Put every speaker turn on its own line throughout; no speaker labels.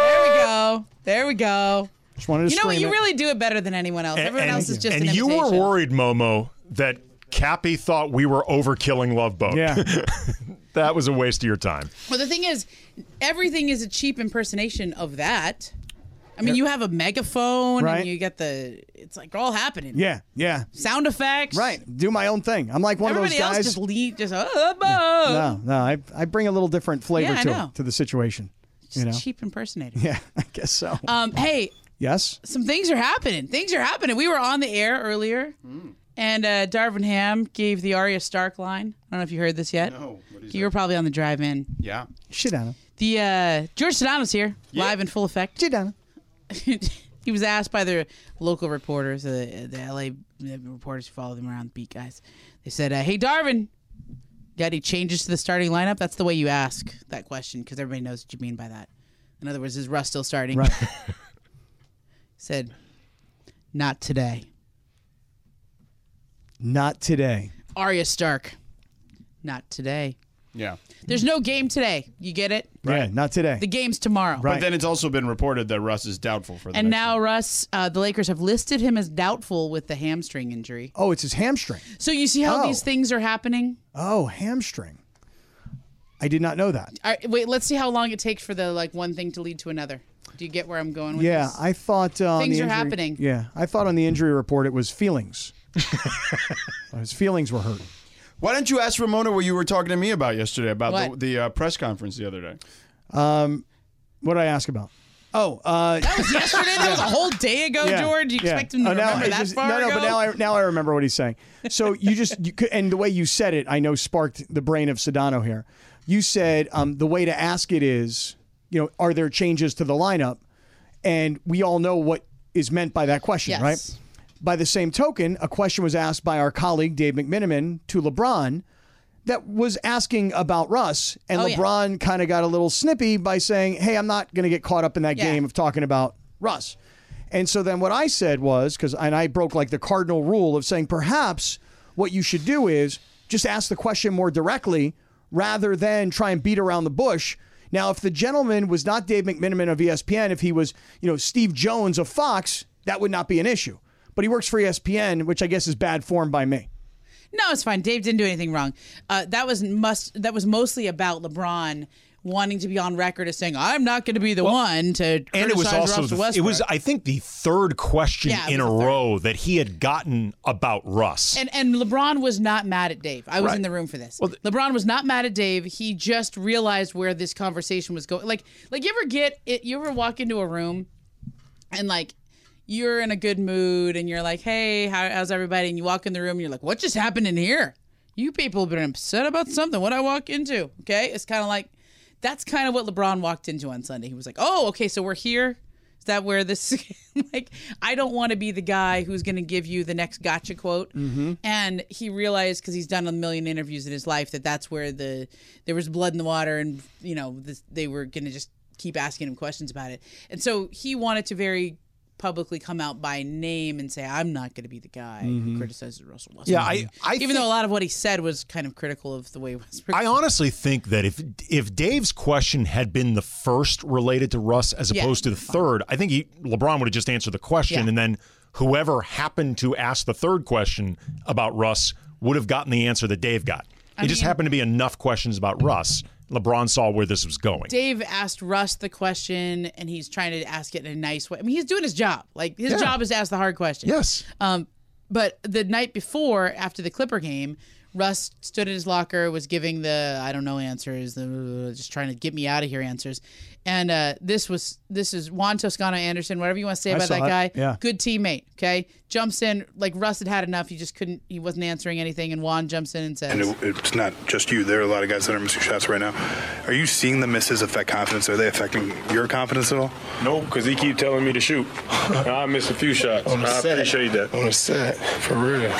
There we go. There we go.
Just wanted to
You know what?
scream
You
it.
really do it better than anyone else. Everyone else is just
and
an
you were
imitation.
worried, Momo, that Cappy thought we were overkilling Love Boat.
Yeah.
that was a waste of your time.
Well, the thing is, everything is a cheap impersonation of that. I mean, you have a megaphone
Right.
and you get the. It's like all happening.
yeah. Yeah.
Sound effects.
Right. Do my own thing. I'm like one
Everybody
of
else
those guys.
just lead. Just oh,
no, no. I, I bring a little different flavor
Yeah, I
to
know.
it, to the situation. you
Just
know.
cheap impersonator.
Yeah. I guess so.
Um. Hey,
yes.
some things are happening. Things are happening. We were on the air earlier, and uh, Darvin Ham gave the Arya Stark line. I don't know if you heard this yet. No. you were probably on the drive-in.
Yeah.
Shit on him.
The uh, George Sedano's here, live in full effect.
Shit on him.
he was asked by the local reporters, uh, the LA reporters who follow them around, the beat guys. They said, uh, "Hey, Darvin, got any changes to the starting lineup?" That's the way you ask that question because everybody knows what you mean by that. In other words, is Russ still starting?
Right.
said, "Not today."
Not today.
Arya Stark, not today.
Yeah.
There's no game today. You get it?
Yeah. Not today.
The game's tomorrow.
Right.
But then it's also been reported that Russ is doubtful for the
And
next
now,
one.
Russ, uh, the Lakers have listed him as doubtful with the hamstring injury.
oh, it's his hamstring.
So you see how
Oh.
these things are happening?
Oh, hamstring. I did not know that.
All right, wait, let's see how long it takes for the like one thing to lead to another. Do you get where I'm going with
Yeah,
this?
I thought uh, on
Things
the
are
injury-
happening.
Yeah, I thought on the injury report it was feelings. His feelings were hurt.
Why don't you ask Ramona what you were talking to me about yesterday about
What?
the, the uh, press conference the other day?
Um, What did I ask about? Oh, uh,
that was yesterday. That was a whole day ago,
yeah,
George. Do you
yeah.
expect him to
Oh, now
remember
I
that
just-
far
No, no,
ago?
but now I now I remember what he's saying. So you just you could, and the way you said it, I know sparked the brain of Sedano here. You said um, the way to ask it is, you know, are there changes to the lineup? And we all know what is meant by that question,
Yes.
right? By the same token, a question was asked by our colleague Dave McMiniman to LeBron that was asking about Russ, and
Oh, yeah.
LeBron kind of got a little snippy by saying, "Hey, I'm not going to get caught up in that
Yeah.
game of talking about Russ." And so then what I said was because and I broke like the cardinal rule of saying perhaps what you should do is just ask the question more directly rather than try and beat around the bush. Now, if the gentleman was not Dave McMiniman of E ESPN, if he was you know Steve Jones of Fox, that would not be an issue. But he works for E ESPN, which I guess is bad form by me.
No, it's fine. Dave didn't do anything wrong. Uh, that was must. That was mostly about LeBron wanting to be on record as saying, "I'm not going to be the one to."
and it was
criticize
also
Russell
the, it was
Westbrook."
I think the third question
Yeah, it
in a
was the third.
row that he had gotten about Russ.
And and LeBron was not mad at Dave. I was
Right.
in the room for this.
Well, th-
LeBron was not mad at Dave. He just realized where this conversation was going. Like like you ever get it? You ever walk into a room, and like you're in a good mood, and you're like, hey, how, how's everybody? And you walk in the room, and you're like, what just happened in here? You people have been upset about something. What I walk into? Okay, it's kind of like that's kind of what LeBron walked into on Sunday. He was like, oh, okay, so we're here. Is that where this? like, I don't want to be the guy who's going to give you the next gotcha quote.
Mm-hmm.
And he realized because he's done a million interviews in his life that that's where the there was blood in the water, and you know this, they were going to just keep asking him questions about it. And so he wanted to very publicly come out by name and say, "I'm not going to be the guy who criticizes Russell Westbrook."
Mm-hmm. Yeah, I- I
even
think-
though a lot of what he said was kind of critical of the way Westbrook.
I honestly think that if if Dave's question had been the first related to Russ as
Yeah.
opposed to the third, I think he, LeBron would have just answered the question,
Yeah.
and then whoever happened to ask the third question about Russ would have gotten the answer that Dave got. it just happened to be enough questions about Russ. LeBron saw where this was going.
Dave asked Russ the question, and he's trying to ask it in a nice way. I mean, he's doing his job. Like his job is to ask the hard question.
Yes.
Um, but the night before, after the Clipper game, Russ stood in his locker, was giving the I don't know answers, the just trying to get me out of here answers. And uh, this was this is Juan Toscano Anderson, whatever you want to say about
saw
that
it,
guy.
yeah.
Good teammate. Okay, jumps in like Russ had had enough. He just couldn't. He wasn't answering anything, and Juan jumps in and says,
And it, it's not just you. There are a lot of guys that are missing shots right now. Are you seeing the misses affect confidence? Are they affecting your confidence at all?
No, because he keep telling me to shoot. And I miss a few shots.
On the
I
set.
appreciate that.
On the set, for real.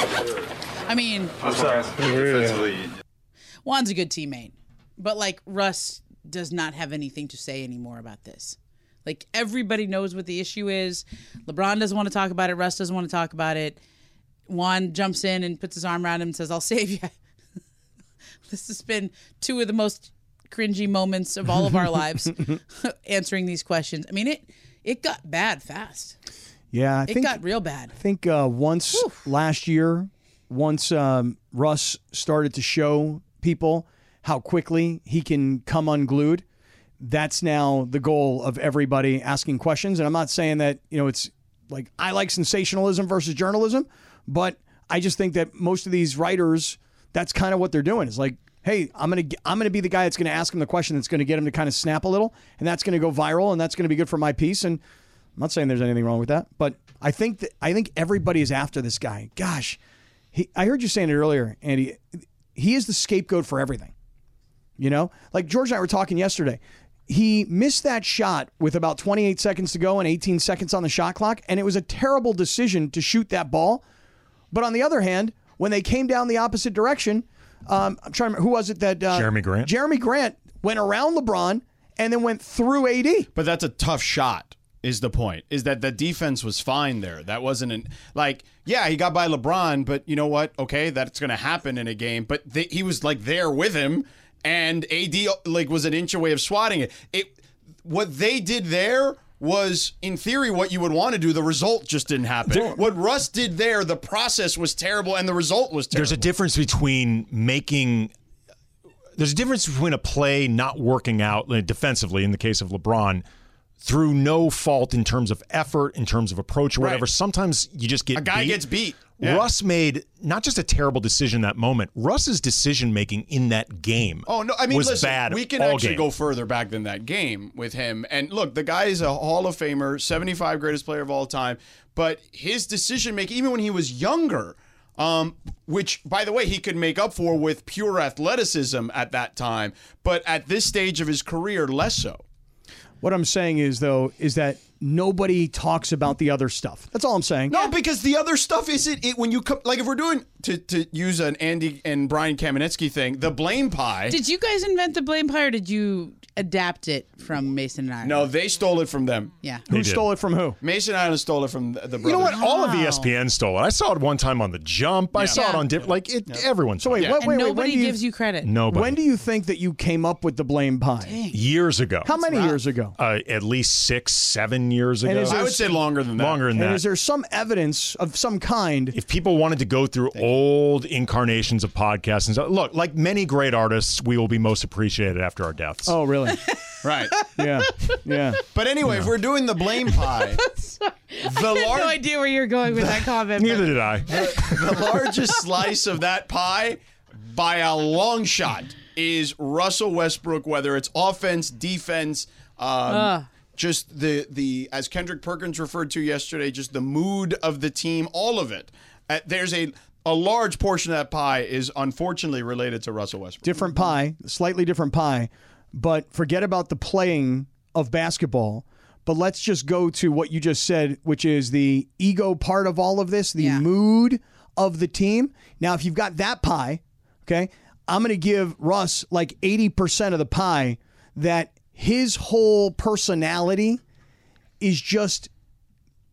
I mean,
I'm sorry.
Juan's a good teammate, but like Russ does not have anything to say anymore about this. Like everybody knows what the issue is. LeBron doesn't want to talk about it. Russ doesn't want to talk about it. Juan jumps in and puts his arm around him and says, "I'll save you." this has been two of the most cringy moments of all of our lives answering these questions. I mean it. It got bad fast.
Yeah, I
It
think
got real bad.
think uh, once last year, once um, Russ started to show people how quickly he can come unglued, that's now the goal of everybody asking questions. And I'm not saying that, you know, it's like I like sensationalism versus journalism, but I just think that most of these writers, that's kind of what they're doing. It's like, hey, I'm gonna g- I'm gonna be the guy that's gonna ask him the question that's gonna get him to kind of snap a little, and that's gonna go viral, and that's gonna be good for my piece. And I'm not saying there's anything wrong with that, but I think that I think everybody is after this guy. Gosh, he, I heard you saying it earlier, Andy. He is the scapegoat for everything. You know, like George and I were talking yesterday. He missed that shot with about 28 seconds to go and 18 seconds on the shot clock, and it was a terrible decision to shoot that ball. But on the other hand, when they came down the opposite direction, um, I'm trying to remember who was it that uh,
Jeremy Grant.
Jeremy Grant went around LeBron and then went through AD.
But that's a tough shot. Is the point? Is that the defense was fine there? That wasn't an like. Yeah, he got by LeBron, but you know what? Okay, that's going to happen in a game. But th- he was like there with him, and AD like was an inch away of swatting it. It what they did there was in theory what you would want to do. The result just didn't happen. what Russ did there, the process was terrible, and the result was terrible.
There's a difference between making. There's a difference between a play not working out like, defensively, in the case of LeBron, through no fault in terms of effort, in terms of approach, or whatever.
Right.
Sometimes you just get
A guy
beat.
gets beat. Yeah.
Russ made not just a terrible decision that moment. Russ's decision making in that game.
Oh no! I mean,
was
listen,
bad.
we can
all
actually
game.
go further back than that game with him. And look, the guy is a Hall of Famer, seventy-five greatest player of all time. But his decision making, even when he was younger, um, which by the way he could make up for with pure athleticism at that time, but at this stage of his career, less so.
What I'm saying is though is that nobody talks about the other stuff. That's all I'm saying.
No, because the other stuff isn't it. When you come, like if we're doing to to use an Andy and Brian Kamenetsky thing, the blame pie.
Did you guys invent the blame pie, or did you adapt it from Mason and I?
no, they stole it from them.
Yeah.
who stole it from who?
Mason Island stole it from the, the brothers.
You know what? All of E
Wow.
ESPN stole it. I saw it one time on the jump. I saw it
Yeah.
on different. Like it, everyone.
So wait,
saw it.
what,
And
wait, wait, when
nobody
do you,
gives you credit.
Nobody.
when do you think that you came up with the blame pie?
years ago?
How many years ago?
Uh, at least six, seven years
And
ago.
is there-
I would say longer than that.
longer than
And
that.
is there some evidence of some kind?
if people wanted to go through old incarnations of podcasts and stuff, look, like many great artists, we will be most appreciated after our deaths.
Oh, really?
Right.
Yeah, yeah.
But anyway, if we're doing the blame pie, the,
I
lar-
had no idea where you're going with that comment.
Neither did I.
the largest slice of that pie by a long shot is Russell Westbrook, whether it's offense, defense, um, just the, the, as Kendrick Perkins referred to yesterday, just the mood of the team, all of it. Uh, there's a, a large portion of that pie is unfortunately related to Russell Westbrook.
Different pie, slightly different pie, but forget about the playing of basketball. But let's just go to what you just said, which is the ego part of all of this, the
Yeah.
mood of the team. Now, if you've got that pie, okay, I'm going to give Russ like 80% of the pie that his whole personality is just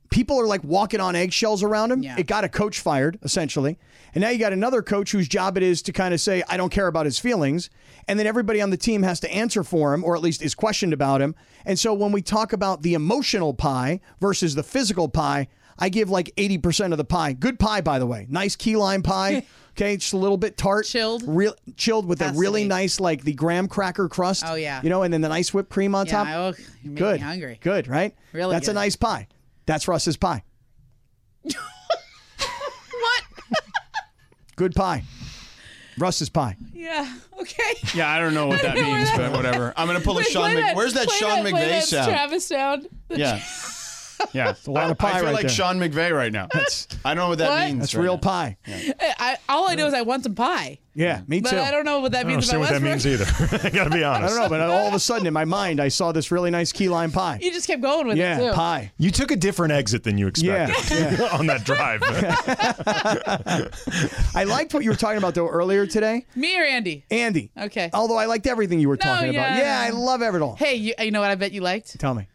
people are like walking on eggshells around him.
Yeah.
It got a coach fired, essentially. And now you got another coach whose job it is to kind of say, I don't care about his feelings. And then everybody on the team has to answer for him, or at least is questioned about him. And so when we talk about the emotional pie versus the physical pie, I give like 80% of the pie. Good pie, by the way. Nice key lime pie. Okay, just a little bit tart.
Chilled.
Real chilled with a
Has to
really
be.
nice, like the graham cracker crust.
Oh, yeah.
You know, and then the nice whipped cream on
Yeah,
top.
oh, you make
Good.
me hungry.
Good, right?
Really
That's a
good.
nice pie. That's Russ's pie.
What?
Good pie. Russ's pie.
Yeah. Okay.
Yeah, I don't know what that
know
means, but
where that-
whatever. I'm gonna pull a
Wait,
Sean.
play
Mc- Where's that
play
Sean
play
McVay
that
sound?
Travis sound. The
Yeah. Yeah, it's
a lot of pie
I feel
right
like
there.
Sean McVay right now. I don't know what that
What?
means.
That's
right
real
now.
pie.
tra- I, all I know is I want some pie,
Yeah, me
but
too.
I don't know what that
I don't
means
understand
about
what that
Westbrook.
means either. I gotta be honest.
I don't know, but all of a sudden in my mind, I saw this really nice key lime pie.
You just kept going with it
Yeah,
too.
pie.
You took a different exit than you expected on that drive.
I liked what you were talking about though earlier today,
Me or Andy?
Andy.
Okay.
Although I liked everything you were talking about.
yeah.
Yeah, I love Everett.
Hey, you, you know what I bet you liked?
Tell me.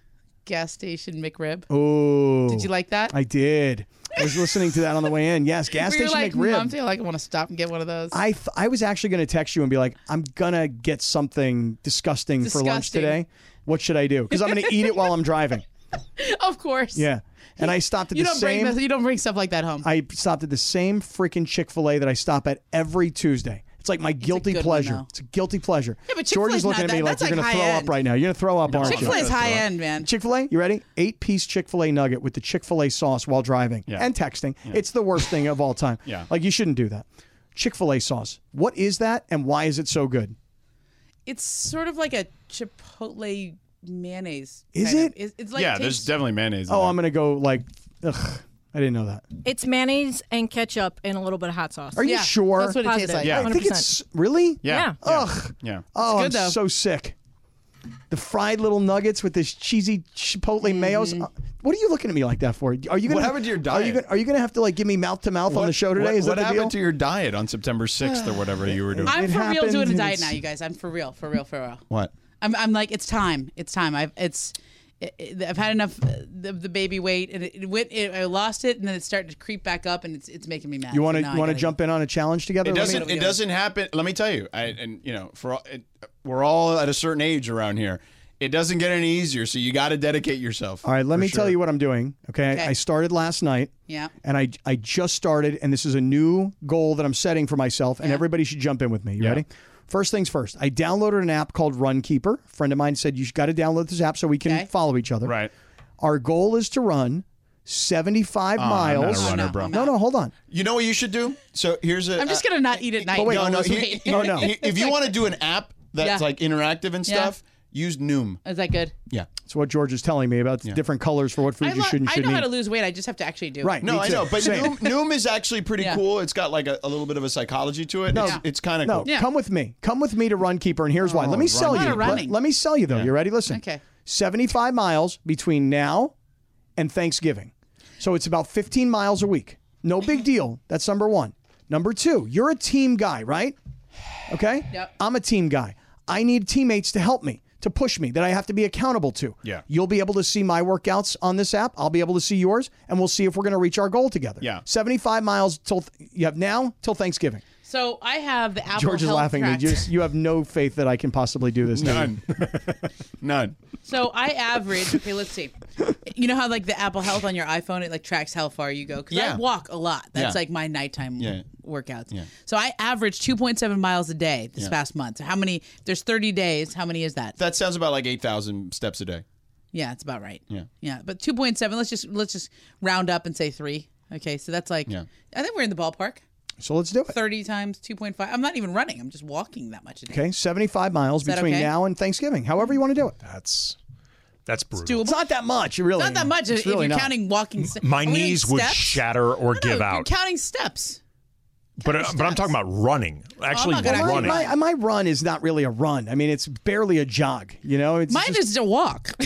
Gas station McRib.
Ooh.
Did you like that?
I did. I was listening to that on the way in. Yes, gas
Were you
station
like,
McRib.
Mom, I feel like I want to stop and get one of those.
I, th- I was actually going to text you and be like, I'm going to get something disgusting, for lunch
Disgusting.
today. What should I do? Because I'm going to eat it while I'm driving.
of course.
Yeah. And I stopped at
You
the
don't
same.
bring this, you don't bring stuff like that home.
I stopped at the same freaking Chick Fil A that I stop at every Tuesday. It's like my guilty
good one,
pleasure.
though.
it's a guilty pleasure.
Yeah, but
George is
Chick-fil-A's
looking
not
at me
that-
like
that's
you're
like
gonna throw
high-end.
up right now. You're gonna throw up, aren't
Chick Fil A's
you?
high end, man.
Chick Fil A, you ready? Eight piece Chick Fil A nugget with the Chick Fil A sauce while driving and texting. It's the worst thing of all time.
Yeah.
like you shouldn't do that. Chick Fil A sauce. What is that, and why is it so good?
It's sort of like a Chipotle mayonnaise.
Is
kind
it?
of. It's, it's like
yeah,
tastes-
there's definitely mayonnaise. in
Oh,
there.
I'm gonna go like, ugh, I didn't know that.
It's mayonnaise and ketchup and a little bit of hot sauce.
Are you
Yeah,
sure?
That's what it tastes
Positive.
like.
Yeah.
I think it's really.
Yeah.
Yeah.
Ugh.
Yeah.
Oh,
good,
I'm
though.
so sick. The fried little nuggets with this cheesy chipotle mayos. Uh, What are you looking at me like that for? Are you gonna?
Mm. What happened to your
Are you
diet?
gonna, are you gonna have to like give me mouth to mouth on the show today?
What,
Is
what
that the
happened
deal?
to your diet on September 6th or whatever you were doing?
I'm
It
for real
happened
doing a
and
diet
it's-
now, you guys. I'm for real, for real, for real.
what?
I'm, I'm like, it's time. It's time. I've it's it, it- I've had enough uh, the, the baby weight, and it, it went. It, I lost it, and then it started to creep back up, and it's it's making me mad.
you want
So
to
now I
want to
gotta-
jump in on a challenge together?
It
Let me-
doesn't. It doesn't happen. Let me tell you. I, and you know, for all, it, we're all at a certain age around here. It doesn't get any easier, so you got to dedicate yourself.
All right, let me tell you what I'm doing. Okay,
Okay.
I started last night.
Yeah.
And I I just started, and this is a new goal that I'm setting for myself, and everybody should jump in with me. You ready? First things first. I downloaded an app called Runkeeper. A friend of mine said you got to download this app so we can
Okay.
follow each other.
Right.
Our goal is to run 75
Oh, I'm not a
miles.
runner,
no,
bro.
I'm
No, no, hold on.
You know what you should do? So here's a. uh,
I'm just gonna not eat at night.
wait,
No, no,
Lose
he-
weight.
he-
Oh, no.
he- if you want to do an app that's
Yeah.
like interactive and
Yeah.
stuff, use Noom.
Is that good?
Yeah.
That's what George is telling me about different colors for what food
I,
you
lo-
should and
I know
shouldn't
how
eat.
to lose weight. I just have to actually do it.
right.
No,
me
I
too.
know, but
Same.
Noom, Noom is actually pretty
Yeah.
cool. It's got like a, a little bit of a psychology to it. No, it's, it's kind of
No,
cool.
Yeah.
come with me. Come with me to Runkeeper, and here's why.
Oh,
Let me sell
I'm
you.
not running.
Let, let me sell you though. You ready? Listen.
Okay.
75 miles between now and Thanksgiving. So it's about 15 miles a week. No big deal. That's number one. Number two, you're a team guy, right? Okay?
Yep.
I'm a team guy. I need teammates to help me, to push me, that I have to be accountable to.
Yeah.
You'll be able to see my workouts on this app. I'll be able to see yours, and we'll see if we're going to reach our goal together.
Yeah.
75 miles till th- you have now till Thanksgiving.
So I have the Apple
George is
Health
laughing. at me.
Track.
You, just- you have no faith that I can possibly do this. do you?
None. None.
So I average. Okay, let's see. You know how like the Apple Health on your iPhone it like tracks how far you go because
Yeah.
I walk a lot. That's
Yeah.
like my nighttime
Yeah.
workouts.
Yeah.
So I averaged 2.7 miles a day this past month. So how many? There's 30 days. How many is that?
That sounds about like 8,000 steps a day.
Yeah, it's about right. Yeah. Yeah, but 2.7. Let's just let's just round up and say three. Okay, so that's like
Yeah.
I think we're in the ballpark.
So let's do it.
30 times 2.5. I'm not even running. I'm just walking that much a day.
Okay, 75 miles
that
between
okay?
now and Thanksgiving. However you want to do it.
That's that's brutal.
It's not that much, really.
Not that much if, if you're counting walking. St-
My
Are we doing
knees would
steps?
shatter or
No,
give
you're
out.
counting steps.
But uh, but I'm talking about running. Actually,
Oh, not gonna actually
running.
My, my run is not really a run. I mean, it's barely a jog. You know, it's
Mine
just-
is a walk.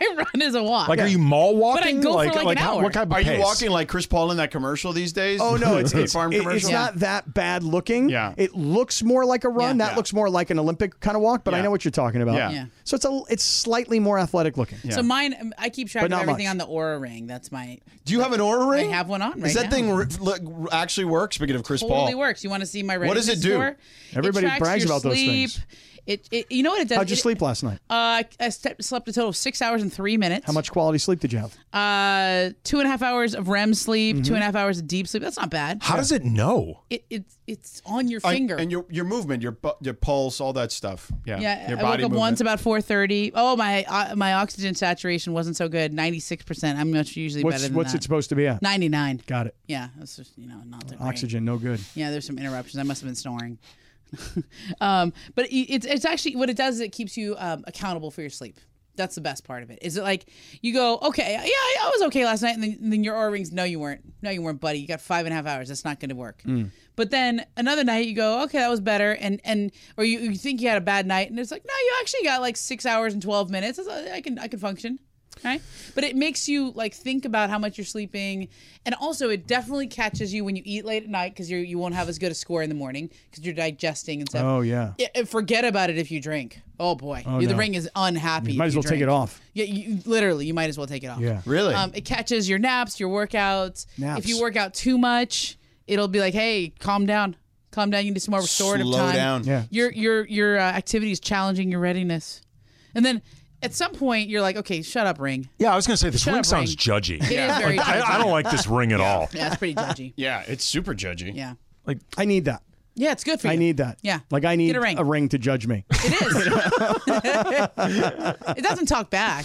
My run is a walk.
Like, are you mall walking?
go for
like,
like an
how-
hour.
What kind of
Are
pace?
you walking like Chris Paul in that commercial these days?
Oh no, it's
The
it's,
farm
it- it's
commercial.
not that bad looking.
Yeah.
it looks more like a run.
Yeah.
That looks more like an Olympic kind of walk. But I
Yeah.
know what you're talking about.
Yeah.
Yeah.
So it's a it's slightly more athletic looking.
So mine, um, I keep track
But
of
not
everything
much.
on the Aura ring. That's my.
Do you have an aura ring?
have one on right
Is that
now.
thing re- look, actually works? Speaking of Chris
Totally
Paul,
works. You want to see my?
What does
readiness
it do?
score?
Everybody
it tracks
brags
your
about those
sleep.
things.
It, it, you know what it does?
How'd you
It-
sleep last night?
Uh, I ste- slept a total of six hours and three minutes.
How much quality sleep did you have?
Uh, two and a half hours of REM sleep,
Mm-hmm.
two and a half hours of deep sleep. That's not bad.
How does it know?
It, it it's on your
I-
finger.
and your your movement, your bu- your pulse, all that stuff. Yeah,
yeah,
your
I
body
woke up
movement.
once about 4:30. Oh my, uh, my oxygen saturation wasn't so good. 96. percent I'm much usually
What's
better than
what's
that.
it supposed to be at?
99.
Got it.
Yeah, that's just you know not that great.
Oxygen, no good.
Yeah, there's some interruptions. I must have been snoring. um, but it- it's it's actually what it does is it keeps you um, accountable for your sleep. That's the best part of it. Is it like you go, okay, yeah, I was okay last night, and then, then your R rings, no, you weren't, no, you weren't, buddy. You got five and a half hours. That's not going to work. But then another night you go, okay, that was better, and and or you, you think you had a bad night, and it's like, no, you actually got like six hours and twelve minutes. It's like, I can I can function right? But it makes you like think about how much you're sleeping, and also it definitely catches you when you eat late at night because you you won't have as good a score in the morning because you're digesting and stuff.
Oh yeah.
Yeah, and forget about it if you drink. Oh boy, the
no.
ring is unhappy.
You might
if
as well take
drink.
it off.
Yeah, you, literally, you might as well take it off.
Yeah.
Really?
Um, it catches your naps, your workouts. If
Naps.
you work out too much, it'll be like, hey, calm down, calm down. You need some more restorative
Slow
time.
down.
Yeah.
Your your your uh, activity is challenging your readiness, and then at some point you're like, okay, shut up, ring.
Yeah, I was going to say this
Shut
ring
up,
sounds
ring.
judgy.
It is very
I,
judgy.
I don't like this ring at
Oh.
all.
Yeah, it's pretty judgy.
Yeah, it's super judgy.
Yeah.
I need that.
Yeah, it's good for you.
I need that.
Yeah.
Like I need
Get a ring.
to judge me.
It is. it doesn't talk back.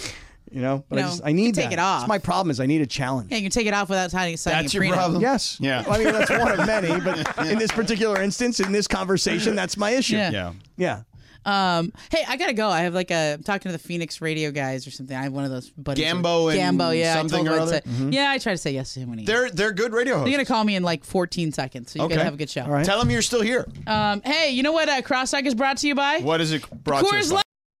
You know. But
No,
I just I
you
need
take
that.
it off.
That's my problem is I need a challenge.
Yeah, you can take it off without signing signing
That's
a
your
prenup.
problem.
Yes.
Yeah.
I mean, that's one of many, but in this particular instance, in this conversation, that's my issue.
Yeah.
Yeah.
Yeah.
Um, hey, I gotta go. I have like a I'm talking to the Phoenix radio guys or something. I have one of those buddies.
Gambo and
Gambo, yeah. I
something
told
or
him I'd
other? Mm-hmm.
say- Yeah, I try to say yes to him when he. They're
They're they're good radio hosts.
gonna call me in like 14 seconds, so you
Okay.
guys have a good show.
All right.
Tell them you're still here.
Um, hey, you know what? Uh, Crosstalk is brought to you by
What is it brought to
Coors
us?
Light.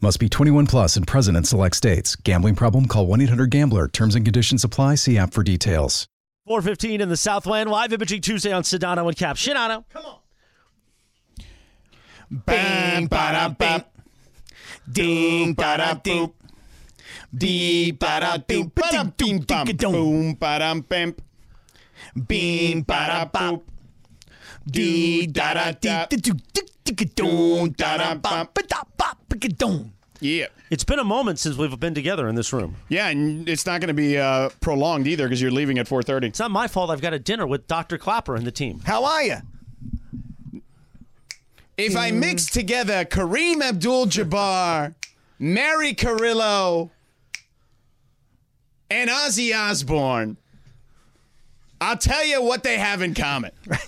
Must be 21 plus and present in select states. Gambling problem? Call 1 800 Gambler. Terms and conditions apply. See app for details.
415 in the Southland. Live imaging Tuesday on Sedano and Cap. Shinano.
Bam, ba bam. Ding, ba ding. Dee, ba ding. Ba ding, bam. Boom, ba bam. Bing, ba boop. Dee, da da da. Doom, da da bam. Yeah.
It's been a moment since we've been together in this room.
Yeah, and it's not going to be uh, prolonged either because you're leaving at 4.30.
It's not my fault I've got a dinner with Dr. Clapper and the team.
How are you?
If I
Hmm.
mix together Kareem Abdul-Jabbar, Mary Carrillo, and Ozzy Osbourne, I'll tell you what they have in common.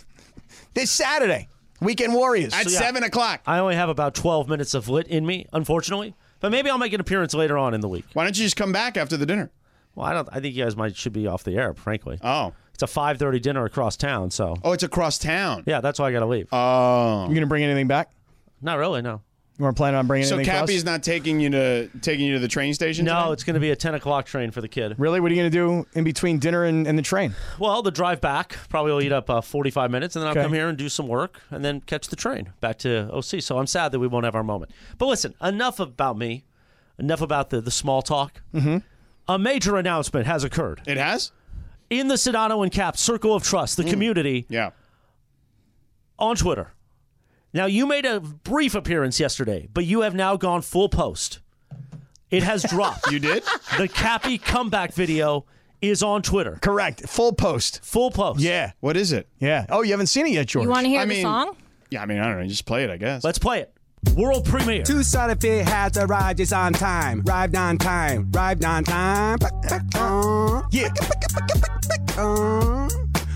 This Saturday, Weekend Warriors.
At
yeah.
seven o'clock.
I only have about 12 minutes of lit in me, unfortunately. But maybe I'll make an appearance later on in the week.
Why don't you just come back after the dinner?
Well, I don't. I think you guys might should be off the air, frankly.
Oh,
it's a 5:30 dinner across town, so
oh, it's across town. Oh.
yeah, that's why I got to leave.
you gonna bring anything back?
Not really, no.
You weren't planning on bringing
So
anything? for us?
Cappy's not taking you to taking you to the train station.
No,
today?
it's going to be a 10 o'clock train for the kid.
Really? What are you gonna do in between dinner and, and the train?
Well, the drive back probably will eat up uh, 45 minutes, and then I'll
Okay.
come here and do some work and then catch the train back to OC. So I'm sad that we won't have our moment. But listen, enough about me, enough about the, the small talk. Mm-hmm. A major announcement has occurred
it has. Mm.
in the Sedano and Cap Circle of Trust, the community
Yeah,
on Twitter. Now, you made a brief appearance yesterday, but you have now gone full post. It has dropped.
you did.
the Cappy comeback video is on Twitter.
Correct. Full post.
Full post.
Yeah.
what is it?
Yeah. Oh, you haven't seen it yet, George.
You want to hear
I
the
mean-
song?
Yeah, I mean, I don't know. Just play it, I guess.
Let's play it. World premiere.
Tucson if it has arrived, it's on time. Arrived on time. Arrived on time.
yeah.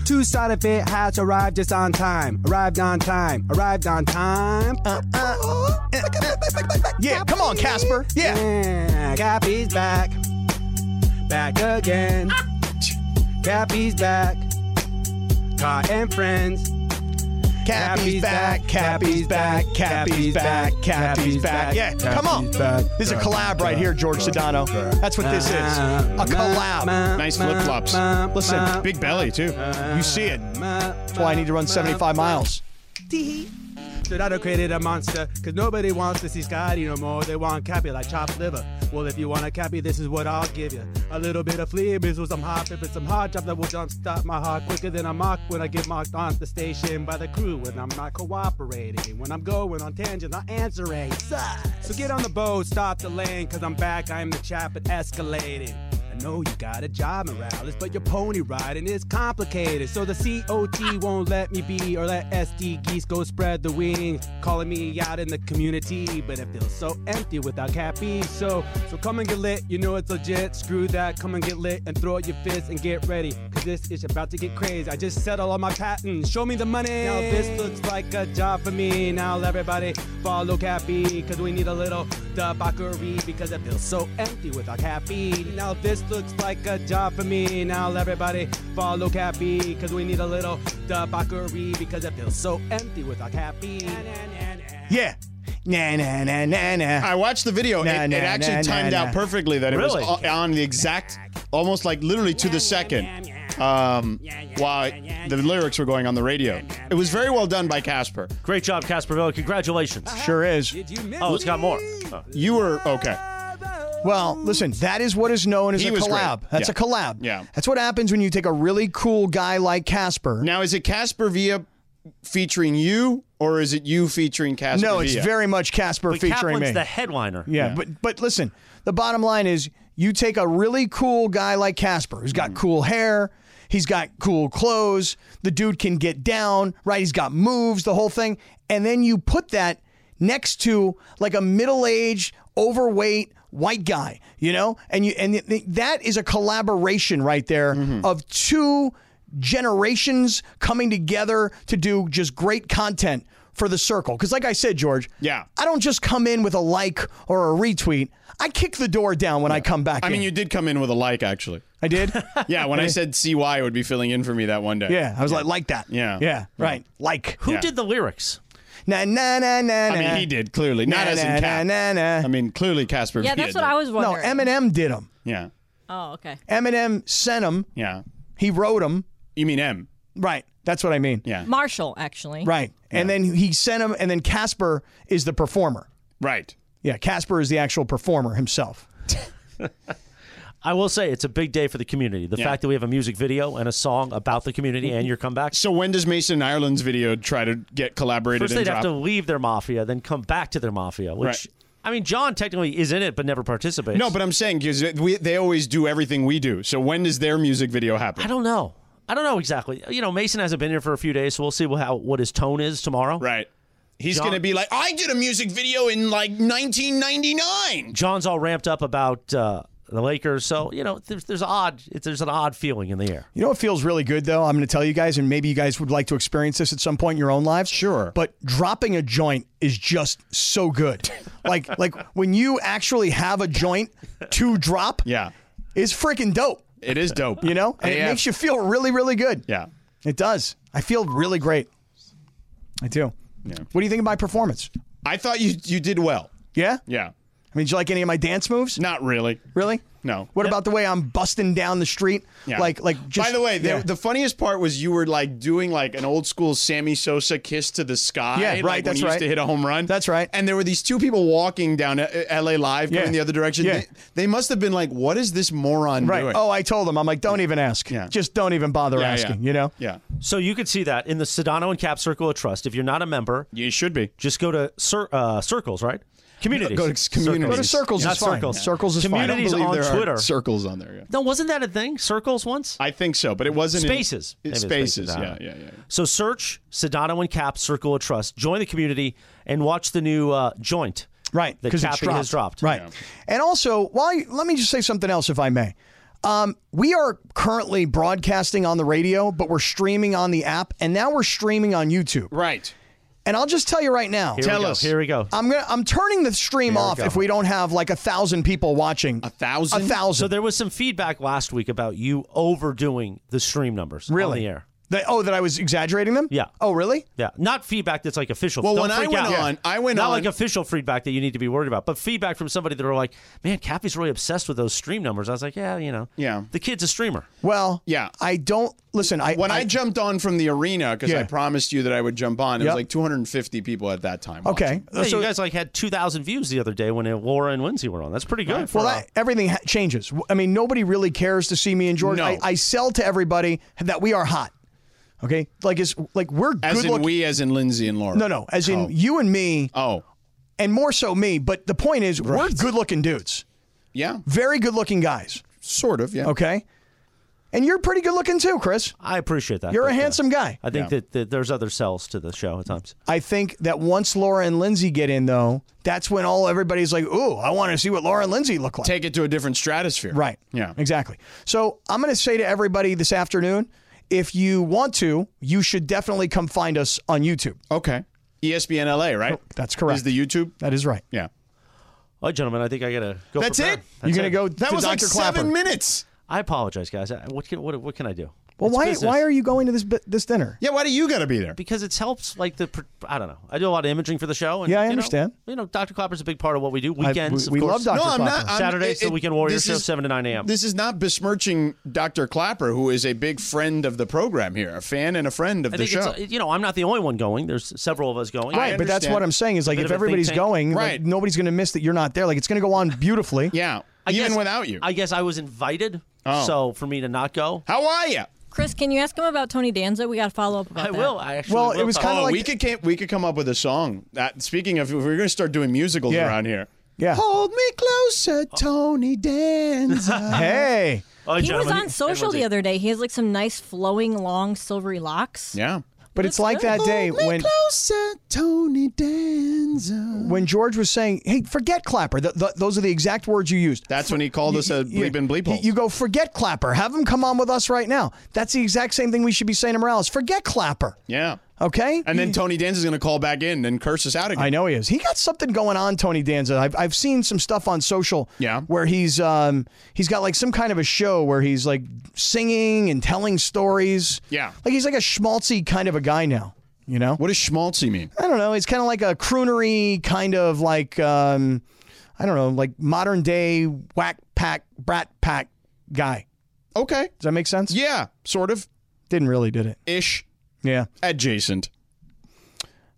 Tucson if it has arrived, it's on time. Arrived on time. Arrived on time. Uh,
Yeah. Come on, Casper. Yeah.
Yeah, Cappy's back. Back again.
Ah.
Cappy's back. Car and friends.
Cappy's back. Cappy's back. Cappy's back. Cappy's back. Yeah. Come on. This is a collab right here, George Sedano. That's what this is. A collab.
nice flip flops.
Listen,
Big belly too.
you see it. That's why I need to run 75 miles.
Tee Donato created a monster, cause nobody wants to see Scotty no more. They want Cappy like chopped liver. Well, if you want a Cappy, this is what I'll give you. A little bit of flea bizzle, some hot pepper, some hot chop that will jumpstart my heart quicker than a mock when I get mocked on the station by the crew when I'm not cooperating. When I'm going on tangents, I answer a So get on the boat, stop the lane, cause I'm back, I am the chap, it escalated. I know you got a job, Morales, but your pony riding is complicated. So the COT won't let me be or let SD geese go spread the wings, calling me out in the community. But it feels so empty without caffeine. So, so come and get lit, you know it's legit. Screw that, come and get lit and throw out your fists and get ready. Cause this is about to get crazy. I just settled all my patents, show me the money. Now this looks like a job for me. Now everybody follow Cappy, cause we need a little debauchery because it feels so empty without caffeine. Now this looks like a job for me. Now everybody follow Cappy, cause we need a little debauchery because it feels so empty without caffeine.
Yeah. Nah, nah, nah, nah, nah.
I watched the video.
Nah,
it,
nah,
it actually
nah,
timed
nah,
out
nah.
perfectly that it was o- on the exact, almost like literally to the second, um, while the lyrics were going on the radio. It was very well done by Casper.
Great job, Casper Villa. Congratulations.
Uh-huh.
Sure is.
Oh, it's got more.
Uh, You were okay.
Well, listen, that is what is known as
He
a
was great.
collab. That's
Yeah.
a collab.
Yeah.
That's what happens when you take a really cool guy like Casper.
Now, is it Casper Via featuring you, or is it you featuring Casper?
no, it's
Villa?
very much Casper
But
featuring
Kaplan's
me.
the
headliner.
Yeah,
Yeah.
but but listen, the bottom line is you take a really cool guy like Casper, who's got cool hair, he's got cool clothes, the dude can get down, right? He's got moves, the whole thing, and then you put that next to like a middle-aged, overweight white guy, you know, and you and th- th- that is a collaboration right there of two generations coming together to do just great content for the circle. Because, like I said, George, yeah, I don't just come in with a like or a retweet. I kick the door down when I come back.
I mean,
in.
you did come in with a like, actually.
I did.
yeah, when I said CY would be filling in for me that one day.
Yeah, I was like, like that.
Yeah.
yeah, right, like.
Who Yeah. did
the lyrics?
Na na na na.
I mean, he did clearly, not as in Cap. I mean, clearly Casper.
Yeah,
Villa
that's what
did.
I was wondering.
No, Eminem did them.
Yeah,
Oh, okay.
Eminem sent them.
yeah.
He wrote them.
You mean M?
Right. That's what I mean.
Yeah.
Marshall, actually.
Right. And then he sent him, and then Casper is the performer.
Right.
Yeah, Casper is the actual performer himself.
I will say it's a big day for the community. The
Yeah.
fact that we have a music video and a song about the community and your comeback.
So when does Mason Ireland's video try to get collaborated
First,
and
they'd have to
dropped?
leave their mafia, then come back to their mafia. Which
Right.
I mean, John technically is in it, but never participates.
No, but I'm saying because they always do everything we do. So when does their music video happen?
I don't know. I don't know exactly. You know, Mason hasn't been here for a few days, so we'll see how what his tone is tomorrow.
Right. He's going to be like, I did a music video in like 1999.
John's all ramped up about uh, the Lakers, so you know, there's, there's odd. It's, there's an odd feeling in the air.
You know what feels really good though? I'm going to tell you guys, and maybe you guys would like to experience this at some point in your own lives. Sure. But dropping a joint is just so good. like like when you actually have a joint to drop.
Yeah.
Is freaking dope.
It is dope.
You know, and it
AF.
makes you feel really really good.
Yeah.
It does. I feel really great. I do.
Yeah.
What do you think of my performance?
I thought you you did well.
Yeah.
Yeah.
I mean, did you like any of my dance moves?
Not really.
Really?
No.
What about the way I'm busting down the street?
Yeah.
Like like just
By the way, the,
yeah.
the funniest part was you were like doing like an old school Sammy Sosa kiss to the sky.
Yeah,
like,
right,
When
that's
he used
right.
to hit a home run. That's
right.
And there were these two people walking down uh, L.A. Live
Yeah.
going the other direction.
Yeah.
They, they must have been like, "What is this moron
Right.
doing?"
Oh, I told them. I'm like, don't even ask. Just don't even bother
Yeah,
asking,
yeah.
you know?
Yeah.
So you could see that in the Sedano and Cap Circle of Trust. If you're not a member,
you should be.
Just go to cir- uh, circles, right? Communities.
Go to communities.
Circles. Not circles. Communities
I don't believe
on
there are
Twitter.
circles on there. Yeah.
No, wasn't that a thing? Circles once?
I think so, but it wasn't in-
spaces.
it-
Maybe it's
spaces.
I don't
Yeah,
know.
yeah, yeah.
So search Sedano and Cap Circle of Trust. Join the community and watch the new uh, joint.
Right,
that
'cause it's
Cappy has dropped.
Right. And also, while you, let me just say something else, if I may. Um, we are currently broadcasting on the radio, but we're streaming on the app, and now we're streaming on YouTube.
Right.
And I'll just tell you right now.
Here we Tell go, us. here we go.
I'm gonna. I'm turning the stream
Here we
off
go.
if we don't have like a thousand people watching. A
thousand.
A thousand.
So there was some feedback last week about you overdoing the stream numbers on the air.
That, oh, that I was exaggerating them?
Yeah.
Oh, really?
Yeah, not feedback that's like official.
Well,
Don't
when I
freak
went
out.
on- I went
not
on-
like official feedback that you need to be worried about, but feedback from somebody that are like, "Man, Cappy's really obsessed with those stream numbers." I was like, "Yeah, you know,
Yeah.
the kid's a streamer."
Well,
yeah.
I don't listen. I
when I, jumped on from the arena because
Yeah.
I promised you that I would jump on. It
Yep.
was like 250 people at that time.
Yeah, you guys like had two thousand views the other day when uh, Laura and Lindsay were on. That's pretty good. for,
Well,
uh,
that, everything ha- changes. W- I mean, nobody really cares to see me in Jordan.
No.
I, I sell to everybody that we are hot. Okay, like it's like we're
As
good
in
look-
we, as in Lindsay and Laura.
No, no, as in you and me.
Oh,
and more so me. But the point is, we're good looking dudes.
Yeah,
very good looking guys.
Sort of. Yeah.
Okay. And you're pretty good looking too, Chris.
I appreciate that.
You're a
but, uh,
handsome guy.
I think
Yeah.
that, that there's other cells to the show at times.
I think that once Laura and Lindsay get in, though, that's when all everybody's like, "Ooh, I want to see what Laura and Lindsay look like."
Take it to a different stratosphere.
Right.
Yeah.
Exactly. So I'm going to say to everybody this afternoon, if you want to, you should definitely come find us on YouTube.
Okay. ESPN LA, right?
Oh, That's correct.
Is the YouTube?
That is right.
Yeah.
All right, gentlemen, I think I gotta go.
That's
prepare.
it? You're gonna
it.
go That to was like Dr. Clapper. seven minutes.
I apologize, guys. I- What can what, what can I do?
Well,
It's
why
business.
why are you going to this bu- this dinner?
Yeah, why do you got to be there?
Because it helps, like the pr- I don't know. I do a lot of imaging for the show. And,
Yeah, I
you know,
understand.
you know, Doctor Clapper's a big part of what we do.
I-
Weekends,
we- we love
of course.
Dr. No, I'm
not- I'm-
Saturdays,
it-
the
it-
Weekend Warrior
this
show,
is-
seven to nine a.m.
This is not besmirching Dr. Clapper, who is a big friend of the program here, a fan and a friend of
I
the
think
show.
it's, you know, I'm not the only one going. There's several of us going.
Right, but that's what I'm saying is like
A bit
if
of a think
everybody's
tank.
going, like, nobody's going to miss that you're not there. Like it's going to go on beautifully.
yeah,
I
even
guess-
without you.
I guess I was invited,
Oh.
so for me to not go.
How are you?
Chris, can you ask him about Tony Danza? We got to follow up about
I
that.
will. I actually.
Well,
will
it was
talk.
kinda
oh,
like-
we could came, we could come up with a song. That, speaking of, if we're going to start doing musicals
Yeah.
around here.
Yeah.
Hold me closer, Tony Danza.
Uh, hey.
Oh,
he was on social the other day. He has like some nice flowing, long, silvery locks.
Yeah.
But it's like that day when
closer, Tony Danza.
when George was saying, "Hey, forget Clapper." Th th those are the exact words you used.
That's when he called us a
You-
bleep and bleep
you,
hole.
you go, "Forget Clapper. Have him come on with us right now." That's the exact same thing we should be saying to Morales. Forget Clapper.
Yeah.
Okay.
And then Tony Danza's going to call back in and curse us out again.
Uh, I know he is. He got something going on, Tony Danza. I've, I've seen some stuff on social.
Yeah.
Where he's um he's got like some kind of a show where he's like singing and telling stories.
Yeah.
Like he's like a schmaltzy kind of a guy now. You know.
What does schmaltzy mean?
I don't know. It's kind of like a croonery kind of like um, I don't know, like modern day whack pack brat pack guy.
Okay.
Does that make sense?
Yeah, sort of.
Didn't really, did it?
Ish.
Yeah.
Adjacent.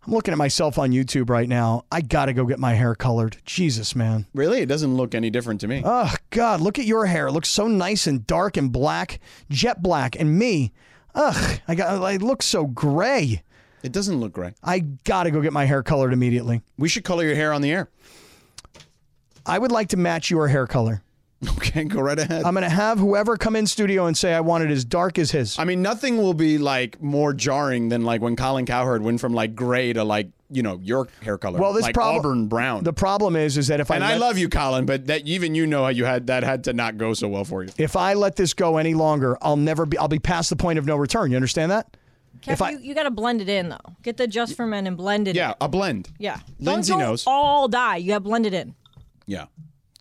I'm looking at myself on YouTube right now. I gotta go get my hair colored. Jesus, man.
Really? It doesn't look any different to me.
Oh God, look at your hair. It looks so nice and dark and black, jet black, and me. Ugh, I got. I look so gray.
It doesn't look right.
I gotta go get my hair colored immediately.
We should color your hair on the air.
I would like to match your hair color.
Okay, go right ahead.
I'm gonna have whoever come in studio and say I want it as dark as his.
I mean, nothing will be like more jarring than like when Colin Cowherd went from like gray to like, you know, your hair color.
Well, this
like
prob-
auburn brown.
The problem is, is that if
and
I,
I
let,
love you, Colin, but that even you know how you had that had to not go so well for you.
if I let this go any longer, I'll never be. I'll be past the point of no return. You understand that?
Cap,
if I
you, you got to blend it in though. Get the Just for Men and blend it.
Yeah,
in.
a blend.
yeah.
Lindsay
don't, don't
knows.
All die. You got to blend it in.
Yeah.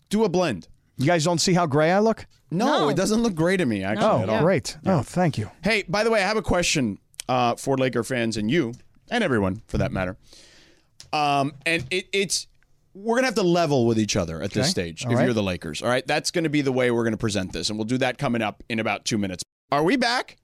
Do a blend.
you guys don't see how gray I look.
No, it doesn't look gray to me, actually.
Oh,
at all.
great. Oh, thank you.
Hey, by the way, I have a question uh, for Laker fans and you, and everyone for that matter. Um, and it, it's we're gonna have to level with each other at this
Okay.
stage
All
if
right.
you're the Lakers. All right, that's gonna be the way we're gonna present this, and we'll do that coming up in about two minutes. Are we back?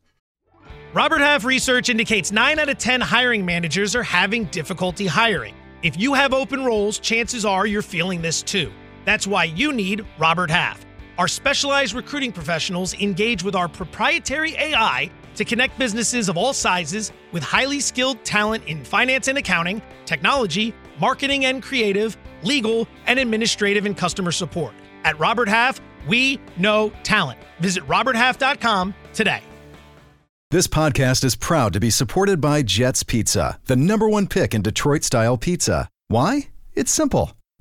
Robert Half research indicates 9 out of 10 hiring managers are having difficulty hiring. If you have open roles, chances are you're feeling this too. That's why you need Robert Half. Our specialized recruiting professionals engage with our proprietary AI to connect businesses of all sizes with highly skilled talent in finance and accounting, technology, marketing and creative, legal, and administrative and customer support. At Robert Half, we know talent. Visit roberthalf.com today.
This podcast is proud to be supported by Jets Pizza, the number one pick in Detroit style pizza. Why? It's simple.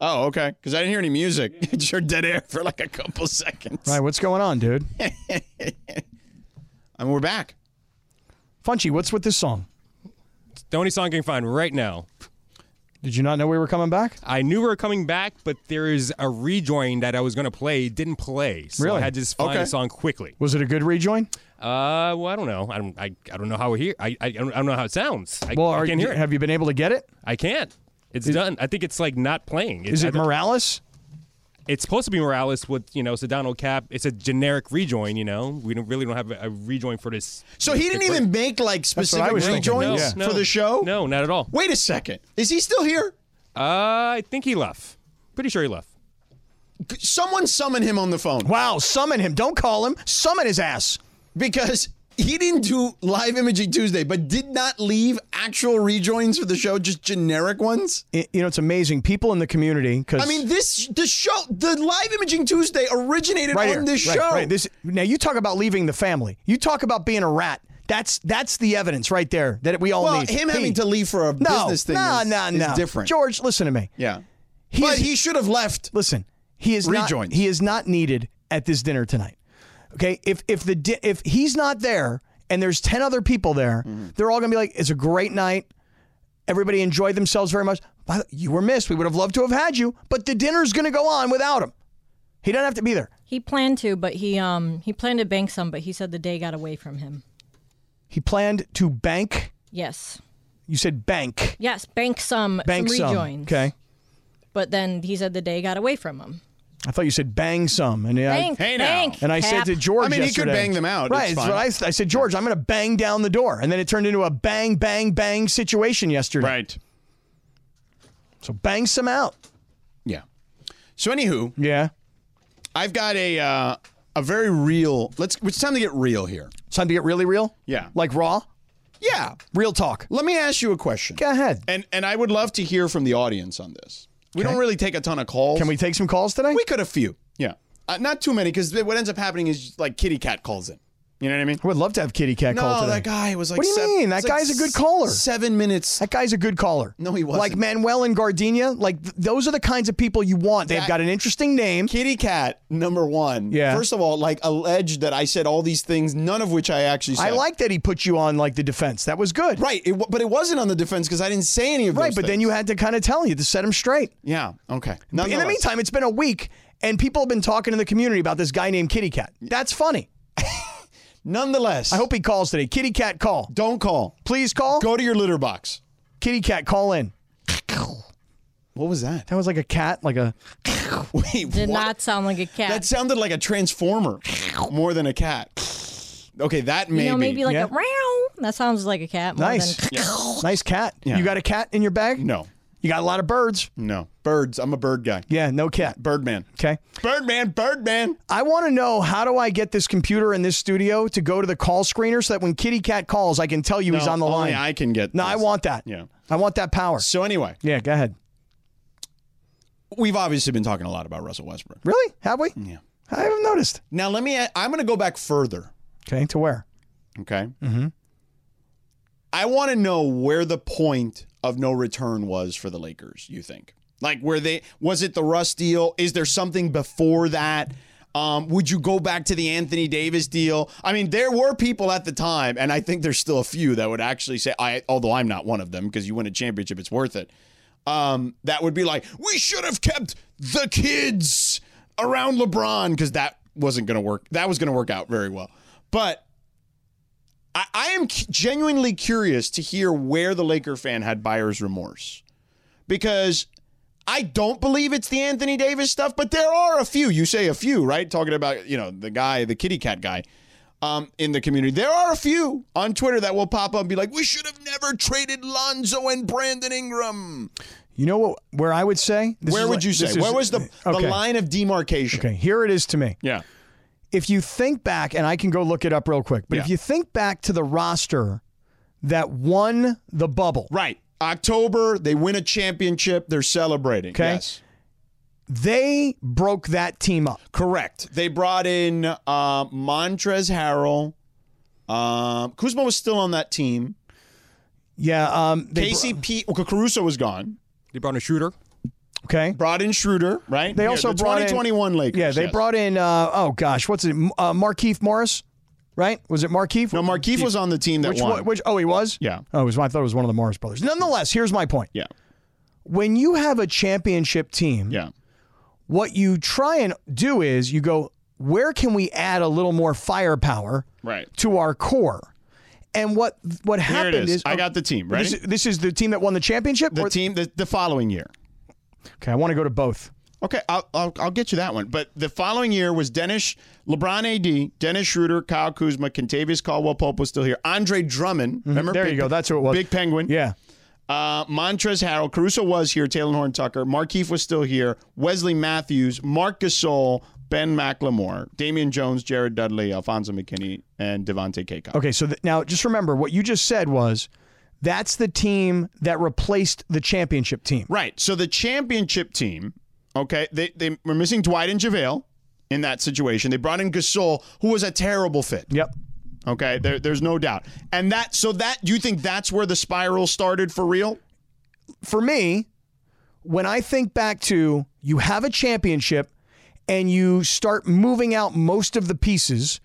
Oh, okay. Because I didn't hear any music. It's sure dead air for like a couple seconds.
Right, what's going on, dude?
and we're back.
Funchy, what's with this song?
Tony song can find right now.
Did you not know we were coming back?
I knew we were coming back, but there is a rejoin that I was going to play, didn't play. So
Really?
I had to just find
Okay.
a song quickly.
Was it a good rejoin?
Uh, well, I don't know. I don't. I, I don't know how we hear. I I don't, I don't know how it sounds. I,
well,
I
are-
can't hear it.
have you been able to get it?
I can't. It's done. I think it's like not playing.
Is it Morales?
It's supposed to be Morales with you know Sedano Cap. It's a generic rejoin. You know, we don't really don't have a, a rejoin for this.
So he didn't even make like specific rejoins for the show.
No, not at all.
Wait a second. Is he still here?
Uh, I think he left. Pretty sure he left.
Someone summon him on the phone.
Wow, summon him. Don't call him. Summon his ass.
Because he didn't do live imaging Tuesday, but did not leave actual rejoins for the show, just generic ones.
I- you know, it's amazing. People in the community, because
I mean, this the show, the live imaging Tuesday originated
right
on
here,
this
right,
show.
right. This now you talk about leaving the family. You talk about being a rat. That's that's the evidence right there that we all
Well,
need.
him
He-
having to leave for a
no,
business thing
No,
is-
no,
is
no.
different.
George, listen to me.
yeah.
He
but
is-
he should have left.
Listen, he is
Rejoins.
not he is not needed at this dinner tonight. Okay, if if the di- if he's not there and there's ten other people there,
Mm-hmm.
they're all gonna be like, "It's a great night. Everybody enjoyed themselves very much. By the, you were missed. We would have loved to have had you, but the dinner's gonna go on without him. He doesn't have to be there.
He planned to, but he um he planned to bank some, but he said the day got away from him.
He planned to bank.
Yes,
You said bank,
yes, bank some,
bank
some
some.
rejoins.
Okay,
But then he said the day got away from him.
I thought you said bang some, and I-
Bank, Hey now. bank,
and I
Cap.
said to George,
I mean, he could
yesterday-
bang them out.
Right,
It's
that's
fine.
what I, s- I said, George, I'm going to bang down the door, and then it turned into a bang, bang, bang situation yesterday.
Right.
So bang some out.
Yeah. So anywho,
yeah,
I've got a uh, a very real. Let's. It's time to get real here.
It's time to get really real.
Yeah.
Like raw.
Yeah.
Real talk.
Let me ask you a question.
Go ahead.
And and I would love to hear from the audience on this. We don't really take a ton of calls.
Can we take some calls today?
We could a few. Yeah. Uh, not too many because what ends up happening is like kitty cat calls in. You know what I mean?
I would love to have Kitty Cat
No,
call today.
that guy was like
What do you
sev-
mean?
it's
That
like
guy's a good
s-
caller.
Seven minutes.
That guy's a good caller. No,
he wasn't.
Like Manuel and Gardenia. Like th- those are the kinds of people you want. They've
That-
got an interesting name.
Kitty Cat number one.
Yeah.
First of all, like alleged that I said all these things, none of which I actually said.
I like that he put you on like the defense. That was good.
Right, it, wa- but it wasn't on the defense because I didn't say any of
Right,
those
but then you had to kind of tell you to set him straight.
Yeah. Okay.
But in the
Nonetheless.
meantime, it's been a week, and people have been talking in the community about this guy named Kitty Cat. That's funny.
Nonetheless,
I hope he calls today. Kitty Cat, call.
Don't call.
Please call.
Go to your litter box.
Kitty Cat, call in.
What was that?
That was like a cat, like a.
Wait,
Did
what?
not sound like a cat.
That sounded like a transformer more than a cat. Okay, that
you
maybe.
know, maybe like a meow. That sounds like a cat. More
Nice.
Than,
nice cat.
Yeah.
You got a cat in your bag?
No.
You got a lot of birds.
No. Birds. I'm a bird guy.
Yeah, no cat.
Birdman.
Okay.
Birdman, Birdman.
I want to know how do I get this computer in this studio to go to the call screener so that when Kitty Cat calls, I can tell you he's
No,
on the
only
line.
I can get
no, I
this.
want that.
Yeah.
I want that power.
So anyway,
yeah, go ahead.
we've obviously been talking a lot about Russell Westbrook.
Really? Have we? Yeah. I haven't noticed.
Now let me I'm going to go back further,
Okay, to where?
okay?
Mm-hmm.
I want to know where the point of no return was for the Lakers, you think? Like where they was it the Russ deal? Is there something before that? Um, would you go back to the Anthony Davis deal? I mean, there were people at the time, and I think there's still a few that would actually say, I although I'm not one of them because you win a championship, it's worth it. Um, that would be like, we should have kept the kids around LeBron, because that wasn't gonna work. That was gonna work out very well. But I, I am cu- genuinely curious to hear where the Laker fan had buyer's remorse because I don't believe it's the Anthony Davis stuff, but there are a few. You say a few, right? Talking about you know the guy, the kitty cat guy, um, in the community. There are a few on Twitter that will pop up and be like, "We should have never traded Lonzo and Brandon Ingram."
You know what? Where I would say, this
where
is
would
like-
you
this
say?
is-
Where was the the
okay.
line of demarcation?
Okay, here it is to me.
Yeah.
If you think back, and I can go look it up real quick, but if
Yeah.
you think back to the roster that won the bubble,
Right. October, they win a championship. They're celebrating.
Okay.
Yes.
They broke that team up.
Correct. They brought in uh, Montrez Harrell. Um, Kuzma was still on that team.
Yeah. Um,
KCP. okay, Caruso was gone.
They brought in a shooter.
Okay.
Brought in Schroeder, right?
They
Yeah,
also
the
brought in-
2021 Lakers.
Yeah, they
yes.
brought in. Uh, oh gosh, what's it? M- Uh, Markeith Morris, right? Was it Markeith?
No, Markieff was on the team that
which,
won.
one- Which? Oh, he was.
Yeah.
Oh, it was, I thought it was one of the Morris brothers. Nonetheless, here's my point.
Yeah.
When you have a championship team,
yeah.
What you try and do is you go, where can we add a little more firepower?
Right.
To our core. And what what
Here it
happened
is.
is oh,
I got the team. Ready?
This, is- this is the team that won the championship.
The team the, the following year.
Okay, I want to go to both.
Okay, I'll, I'll, I'll get you that one. But the following year was Dennis, LeBron AD, Dennis Schroeder, Kyle Kuzma, Contavious Caldwell Pope was still here. Andre Drummond, remember?
Mm-hmm. There you go. That's who it was.
Big Penguin.
Yeah.
Uh, Montrez Harrell, Caruso was here, Taylor Horn Tucker, Markeith was still here, Wesley Matthews, Mark Gasol, Ben McLemore, Damian Jones, Jared Dudley, Alfonso McKinney, and Devontae Kaycock.
Okay, so th- now just remember what you just said was that's the team that replaced the championship team.
Right. So the championship team, okay, they, they were missing Dwight and JaVale in that situation. They brought in Gasol, who was a terrible fit.
Yep.
Okay, there, there's no doubt. And that, so that, you think that's where the spiral started for real?
For me, when I think back to you have a championship and you start moving out most of the pieces.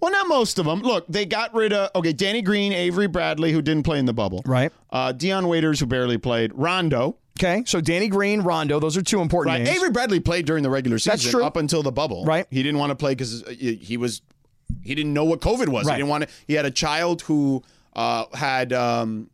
Well, not most of them. Look, they got rid of, okay, Danny Green, Avery Bradley, who didn't play in the bubble.
Right.
Uh, Deion Waiters, who barely played. Rondo.
Okay, so Danny Green, Rondo, those are two important
Right.
names.
Avery Bradley played during the regular season.
That's true.
Up until the bubble.
Right.
He didn't want to play because he was, he didn't know what COVID was.
Right.
He didn't want to, he had a child who uh, had, um,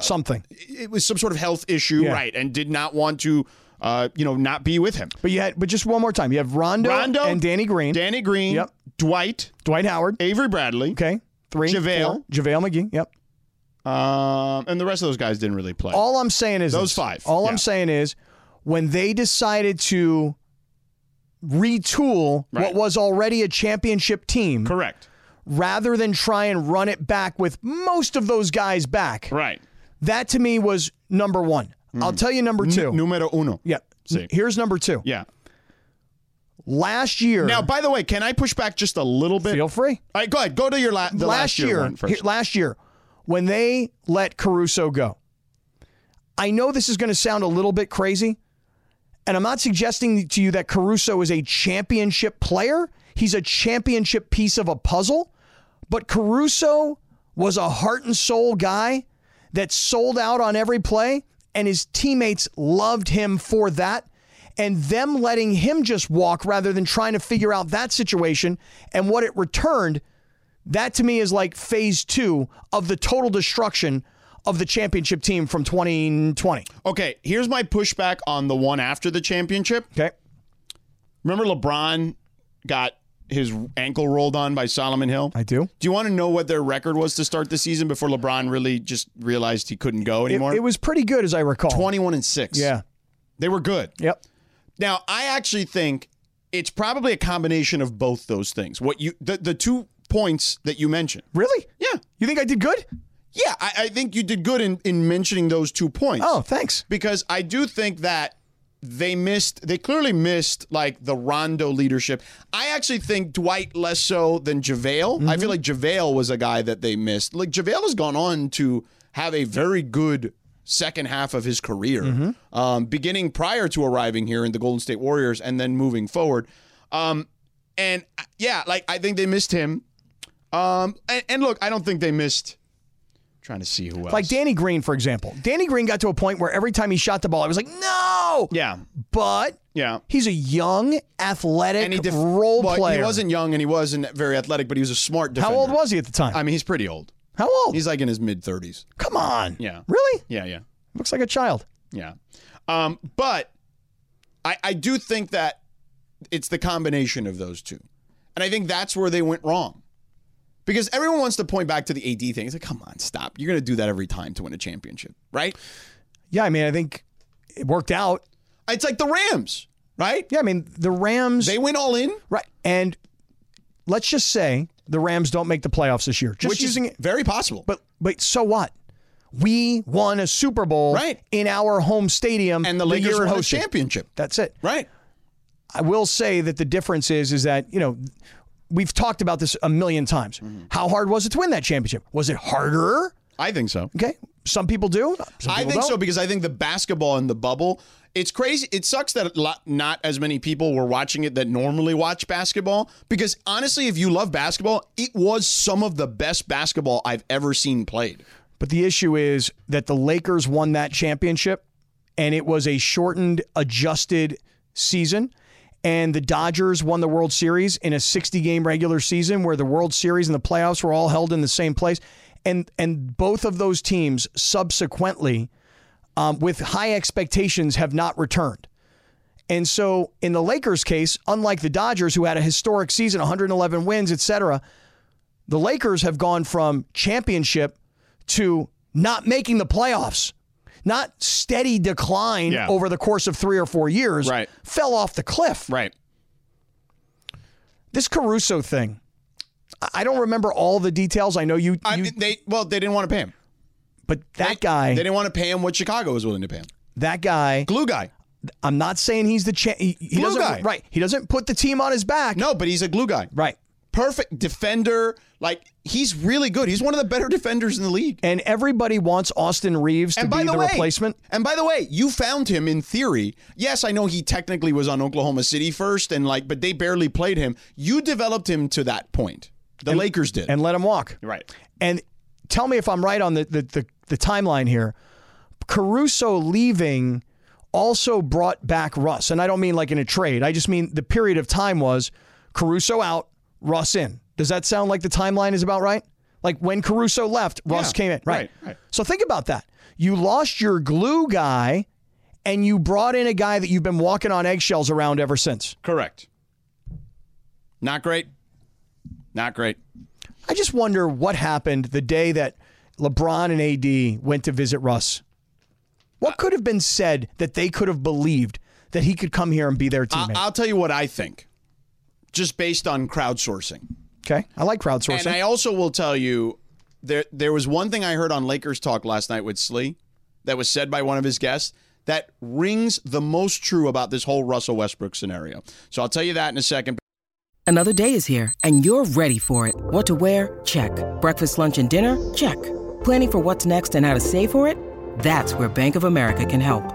Something.
it was some sort of health issue,
Yeah.
right, and did not want to, uh, you know, not be with him.
But you had, but just one more time. You have Rondo,
Rondo
and Danny Green.
Danny Green,
Yep.
Dwight,
Dwight Howard.
Avery Bradley,
Okay. Three.
JaVale.
four. JaVale McGee. Yep.
um, and the rest of those guys didn't really play.
All I'm saying is
Those
this.
five,
All
yeah.
I'm saying is when they decided to retool
Right.
what was already a championship team,
Correct.
rather than try and run it back with most of those guys back,
Right. Hmm.
that to me was number one. I'll tell you number two.
N- numero uno.
yeah.
See.
Here's number two.
Yeah.
Last year.
Now, by the way, can I push back just a little bit?
feel free.
All right, go ahead. Go to your la- the last, year, one first.
he- last year, when they let Caruso go, I know this is going to sound a little bit crazy, and I'm not suggesting to you that Caruso is a championship player. He's a championship piece of a puzzle, but Caruso was a heart and soul guy that sold out on every play, and his teammates loved him for that. And them letting him just walk rather than trying to figure out that situation and what it returned that to me is like phase two of the total destruction of the championship team from 2020.
Okay, here's my pushback on the one after the championship.
Okay.
Remember LeBron got his ankle rolled on by Solomon Hill?
I do.
Do you want to know what their record was to start the season before LeBron really just realized he couldn't go
It,
anymore?
it was pretty good as I recall.
21 and 6.
Yeah.
They were good.
Yep.
Now, I actually think it's probably a combination of both those things. What you the, the two points that you mentioned.
Really?
Yeah.
You think I did good?
Yeah, I, I think you did good in, in mentioning those two points.
Oh, thanks.
Because I do think that they missed they clearly missed like the Rondo leadership. I actually think Dwight less so than JaVale.
Mm-hmm.
I feel like JaVale was a guy that they missed. Like JaVale has gone on to have a very good second half of his career.
Mm-hmm.
Um, beginning prior to arriving here in the Golden State Warriors and then moving forward. Um, and uh, yeah, like I think they missed him. Um, and, and look, I don't think they missed trying to see who else.
Like Danny Green, for example. Danny Green got to a point where every time he shot the ball, I was like, no.
yeah.
But
Yeah.
he's a young, athletic
And he def-
role
well,
player.
He wasn't young and he wasn't very athletic, but he was a smart
How
defender.
old was he at the time?
I mean, he's pretty old.
How old?
He's like in his mid 30s.
Come on.
Yeah.
Really?
Yeah, yeah.
Looks like a child.
Yeah. Um, but I, I do think that it's the combination of those two. And I think that's where they went wrong. Because everyone wants to point back to the AD thing. It's like, come on, stop. You're going to do that every time to win a championship, right?
Yeah, I mean, I think it worked out.
It's like the Rams, right?
Yeah, I mean, the Rams.
They went all in,
Right. And let's just say the Rams don't make the playoffs this year. Just
which
using
is
it,
very possible.
but but so what? We won a Super Bowl
Right.
in our home stadium
and the Lakers
year it
won a
hosted.
championship,
That's it.
right?
I will say that the difference is is that you know we've talked about this a million times. How hard was it to win that championship? Was it harder?
Mm-hmm. I think so.
Okay, some people do. Some
I
people
think
don't.
so because I think the basketball in the bubble. It's crazy. It sucks that a lot- not as many people were watching it that normally watch basketball. Because honestly, if you love basketball, it was some of the best basketball I've ever seen played.
But the issue is that the Lakers won that championship and it was a shortened, adjusted season. And the Dodgers won the World Series in a 60 game regular season where the World Series and the playoffs were all held in the same place. And, and both of those teams subsequently, um, with high expectations, have not returned. And so, in the Lakers' case, unlike the Dodgers, who had a historic season, 111 wins, et cetera, the Lakers have gone from championship to not making the playoffs, not steady decline
Yeah.
over the course of three or four years,
Right.
fell off the cliff.
Right.
This Caruso thing, I- I don't remember all the details. I know you,
I
you
mean, they well, they didn't want to pay him.
but that guy,
They didn't want to pay him what Chicago was willing to pay him.
that guy,
Glue guy.
I'm not saying he's the cha- he, he
Glue
doesn't
guy.
right. He doesn't put the team on his back.
No, but he's a glue guy.
Right.
Perfect defender. Like he's really good. He's one of the better defenders in the league.
And everybody wants Austin Reeves to
and by
be
the,
the,
way,
replacement.
And by the way, you found him in theory. Yes, I know he technically was on Oklahoma City first, and like, but they barely played him. You developed him to that point. The Lakers did.
and let him walk.
right.
And tell me if I'm right on the the, the, the timeline here. Caruso leaving also brought back Russ. And I don't mean like in a trade. I just mean the period of time was Caruso out, Russ in. Does that sound like the timeline is about right? Like when Caruso left, Russ
Yeah,
came in. Right.
right, right.
So think about that. You lost your glue guy and you brought in a guy that you've been walking on eggshells around ever since.
Correct. Not great. Not great.
I just wonder what happened the day that LeBron and AD went to visit Russ. What could have been said that they could have believed that he could come here and be their
I-
teammate?
I'll tell you what I think, just based on crowdsourcing.
okay, I like crowdsourcing.
And I also will tell you, there there was one thing I heard on Lakers Talk last night with Slee, that was said by one of his guests that rings the most true about this whole Russell Westbrook scenario. So I'll tell you that in a second.
Another day is here, and you're ready for it. What to wear? Check. Breakfast, lunch, and dinner? Check. Planning for what's next and how to save for it? That's where Bank of America can help.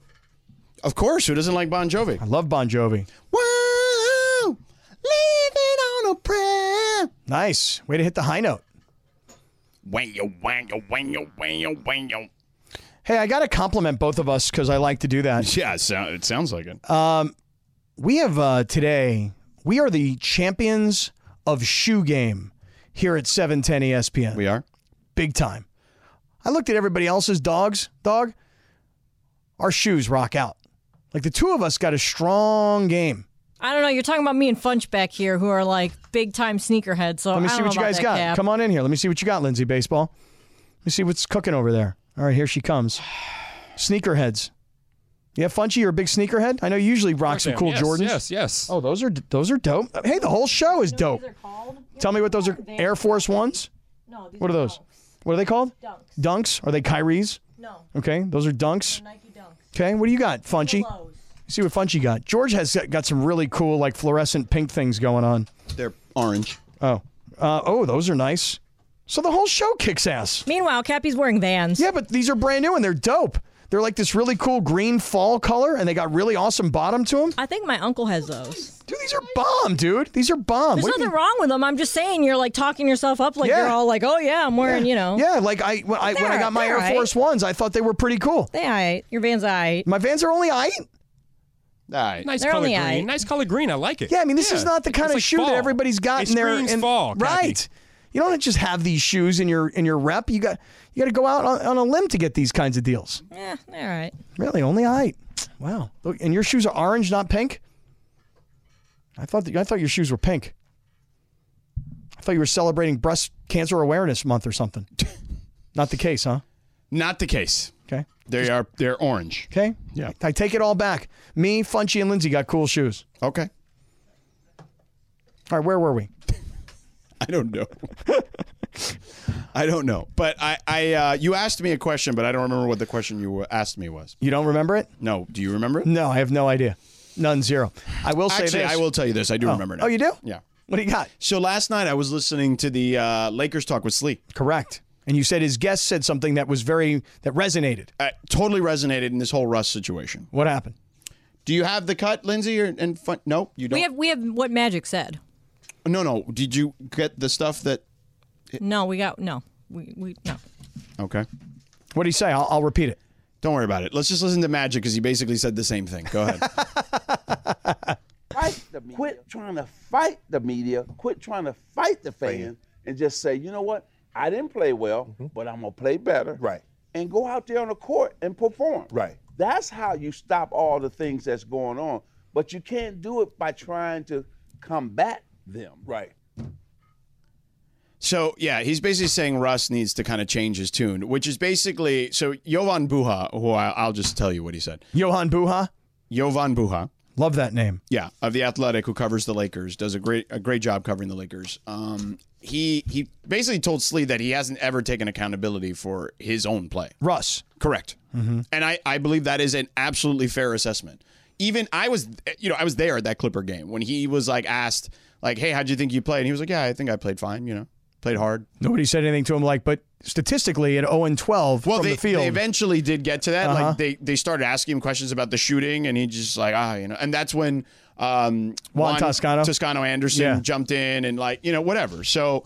Of course, who doesn't like Bon Jovi?
I love Bon Jovi.
Wow, living on a prayer.
Nice. Way to hit the high note.
Wang yo, wang yo, wang yo, wang yo, wang yo.
Hey, I got to compliment both of us because I like to do that.
Yeah, it, sound, it sounds like it.
Um, we have uh, today. We are the champions of shoe game here at E 710 ESPN.
we are.
Big time. I looked at everybody else's dogs. Dog, our shoes rock out. Like the two of us got a strong game.
I don't know. You're talking about me and Funch back here, who are like big time sneakerheads. So
Let me
I don't
see
know
what you
about
guys
that
got.
Cap.
Come on in here. Let me see what you got, Lindsay Baseball. Let me see what's cooking over there. All right, here she comes. Sneakerheads. Yeah, Funchy, you're a big sneakerhead. I know you usually rock some
Goddamn,
cool
yes,
Jordans.
Yes, yes.
Oh, those are those are dope. Hey, the whole show is dope. Tell me what those are. Air Force Ones.
No, these
What are those? What are they called?
Dunks.
Dunks. Are they Kyrie's?
No.
Okay, those are dunks.
Nike Dunks.
Okay, what do you got, Funchy?
Lows.
See what Funchy got. George has got some really cool, like fluorescent pink things going on.
They're orange.
Oh, uh, oh, those are nice. So the whole show kicks ass.
Meanwhile, Cappy's wearing Vans.
Yeah, but these are brand new and they're dope. They're like this really cool green fall color, and they got really awesome bottom to them.
I think my uncle has those.
Dude, these are bomb, dude. These are bomb.
There's
What do you
nothing wrong with them. I'm just saying you're like talking yourself up like
Yeah.
you're all like, oh yeah, I'm wearing, you know.
Yeah, like I when I, when I
They're-
got my
they're
Air
alright.
Force Ones, I thought they were pretty cool.
They aight. Your Vans aight.
My Vans are only I.
All right.
Nice
They're
color
only
green.
aight.
Nice color green. I like it.
Yeah, I mean, this is not the
It's
kind of
like
shoe
fall.
that everybody's got
it
in there.
Screams
and-
fall, Cappy.
right? You don't just have these shoes in your in your rep. You got you got to go out on, on a limb to get these kinds of deals.
Yeah, they're alright.
Really, only I. Wow. Look, And your shoes are orange, not pink. I thought that, I thought your shoes were pink. I thought you were celebrating Breast Cancer Awareness Month or something. Not the case, huh?
Not the case.
Okay.
They are they're orange.
Okay.
Yeah.
I take it all back. Me, Funchy, and Lindsay got cool shoes.
Okay.
All right, where were we?
I don't know. I don't know. But I, I uh, you asked me a question, but I don't remember what the question you asked me was.
You don't remember it?
No. Do you remember it?
No, I have no idea. None zero. I will say
Actually,
this.
I will tell you this. I do
Oh.
remember now.
Oh, you do?
Yeah.
What do you got?
So last night I was listening to the uh, Lakers talk with Slee.
Correct. And you said his guest said something that was very that resonated.
Uh, totally resonated in this whole Russ situation.
What happened?
Do you have the cut, Lindsay? Or, and fun- no, you don't.
We have we have what Magic said.
no, no. Did you get the stuff that?
No, we got no. We we no.
Okay.
What do you say? I'll, I'll repeat it.
Don't worry about it. Let's just listen to Magic because he basically said the same thing. Go ahead.
fight the media. Quit trying to fight the media. Quit trying to fight the fans, and just say, you know what? I didn't play well, but I'm gonna play better. Right. And go out there on the court and perform. Right. That's how you stop all the things that's going on. But you can't do it by trying to combat them. Right.
So yeah, he's basically saying Russ needs to kind of change his tune, which is basically so. Jovan Buha, who I, I'll just tell you what he said.
Johan Buha.
Jovan Buha.
Love that name.
Yeah, of the Athletic, who covers the Lakers, does a great a great job covering the Lakers. Um, he he basically told Slee that he hasn't ever taken accountability for his own play.
Russ.
Correct.
Mm-hmm.
And I, I believe that is an absolutely fair assessment. Even I was, you know, I was there at that Clipper game when he was like asked, like, hey, how'd you think you played? And he was like, yeah, I think I played fine, you know, played hard.
Nobody said anything to him like, but statistically at 0 and 12
Well,
from
they,
the field.
they eventually did get to that.
Uh-huh.
Like they, they started asking him questions about the shooting, and he just like ah, you know. And that's when um,
Juan Toscano?
Toscano Anderson
Yeah.
jumped in and like you know whatever. So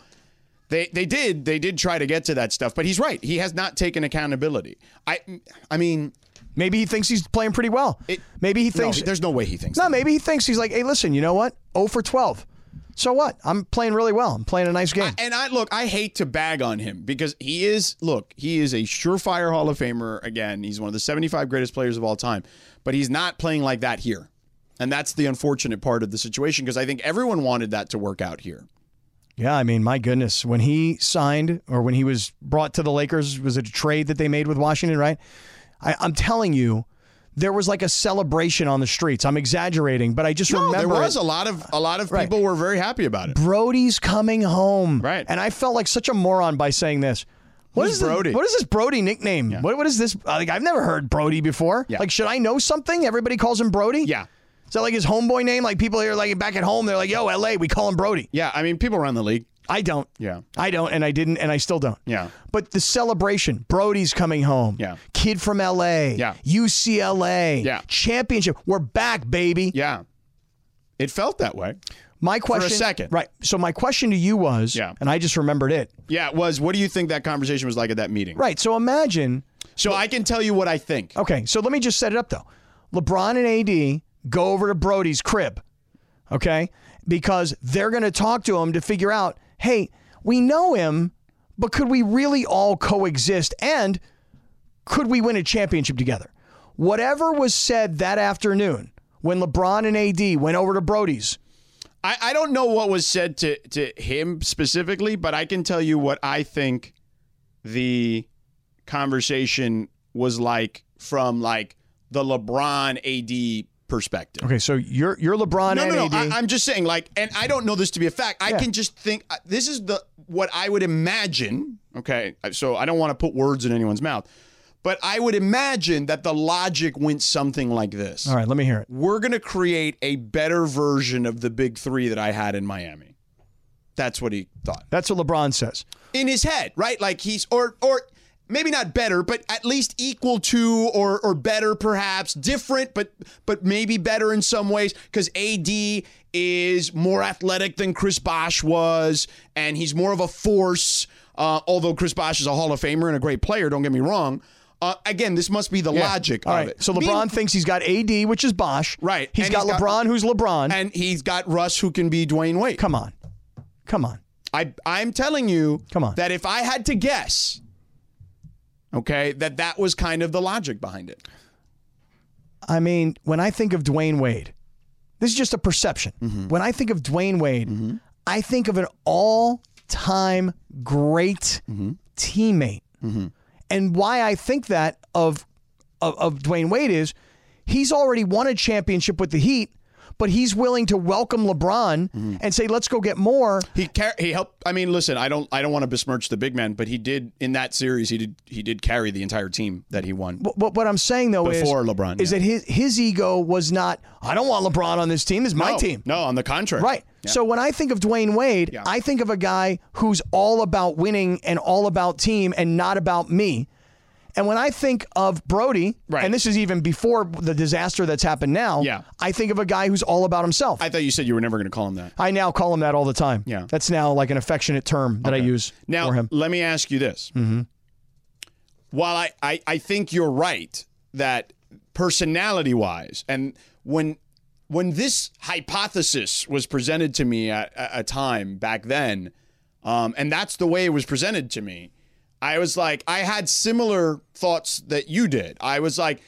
they they did they did try to get to that stuff, but he's right. He has not taken accountability. I I mean,
maybe he thinks he's playing pretty well. maybe he
no,
thinks
there's no way he thinks.
No, maybe he thinks he's like, hey, listen, you know what? 0 for 12. So what? I'm playing really well. I'm playing a nice game.
And I look, I hate to bag on him because he is look, he is a surefire Hall of Famer. Again, he's one of the 75 greatest players of all time, but he's not playing like that here, and that's the unfortunate part of the situation because I think everyone wanted that to work out here.
yeah, I mean, my goodness. When he signed or when he was brought to the Lakers, was it a trade that they made with Washington, right? I, I'm telling you, there was like a celebration on the streets. I'm exaggerating, but I just
No,
remember
there was
it.
a lot of a lot of
Right.
people were very happy about it.
Brody's coming home. Right. And I felt like such a moron by saying this. What
Who's
is this-
Brody?
what is this Brody nickname? What, what is this? Uh, Like, I've never heard Brody before. Like, should I know something? Everybody calls him Brody?
Yeah.
Is that like his homeboy name? Like, people here, like, back at home, they're like, yo, LA, we call him Brody.
Yeah. I mean, people around the league.
I don't.
Yeah.
I don't, and I didn't, and I still don't.
Yeah.
But the celebration Brody's coming home. Yeah. Kid from LA. Yeah. UCLA. Yeah. Championship. We're back, baby.
Yeah. It felt that way.
My
For a
question.
second.
Right. So, my question to you was, yeah. and I just remembered it.
Yeah, it was. What do you think that conversation was like at that meeting?
Right. So imagine.
So I can tell you what I think.
Okay. So let me just set it up though. LeBron and AD go over to Brody's crib. Okay. Because they're going to talk to him to figure out, hey, we know him, but could we really all coexist? And could we win a championship together? Whatever was said that afternoon when LeBron and AD went over to Brody's,
I, I don't know what was said to, to him specifically, but I can tell you what I think the conversation was like from like the LeBron AD perspective.
Okay, so you're you're LeBron
no,
and
no,
AD.
no. I, I'm just saying, like, and I don't know this to be a fact. I can just think uh, this is the what I would imagine. Okay, so I don't want to put words in anyone's mouth, but I would imagine that the logic went something like this:
All right, let me hear it.
We're gonna create a better version of the big three that I had in Miami. That's what he thought
That's what LeBron says.
in his head, right? Like he's or or maybe not better, but at least equal to or or better perhaps, different but but maybe better in some ways cuz AD is more athletic than Chris Bosh was and he's more of a force uh, although Chris Bosh is a Hall of Famer and a great player, don't get me wrong. Uh, again, this must be the
Yeah.
logic
All
of
right.
it.
So LeBron
Mean-
thinks he's got AD, which is Bosch.
Right.
He's
And
got LeBron, who's LeBron.
And he's got Russ, who can be Dwayne Wade.
Come on. Come on.
I, I'm telling you
Come on.
that if I had to guess, okay, that that was kind of the logic behind it.
I
Mm-hmm.
mean, when I think of Dwayne Wade, this is just a perception. When I think of Dwayne Wade, I think of an all-time great
Mm-hmm.
teammate, and why I think that of, of of Dwayne Wade is he's already won a championship with the Heat, but he's willing to welcome LeBron and say, "Let's go get more."
Mm-hmm. He car- he helped. I mean, listen, I don't I don't want to besmirch the big man, but he did in that series. He did he did carry the entire team that he won.
But, but what I'm saying though
Before
is,
LeBron,
is that his his ego was not. I don't want LeBron on this team. This is my
No,
team.
No, on the contrary.
Right.
Yeah.
So when I think of Dwayne Wade, I think of a guy who's all about winning and all about team and not about me. And when I think of Brody, and this is even before the disaster that's happened now, yeah. I think of a guy who's all about himself.
I thought you said you were never going to call him that.
I now call him that all the time. Yeah. That's now like an affectionate term that I use
Now
for him.
let me ask you this.
hmm
while I, I, I think you're right that personality wise and when when this hypothesis was presented to me at a a time back then um, and that's the way it was presented to me i was like i had similar thoughts that you did i was like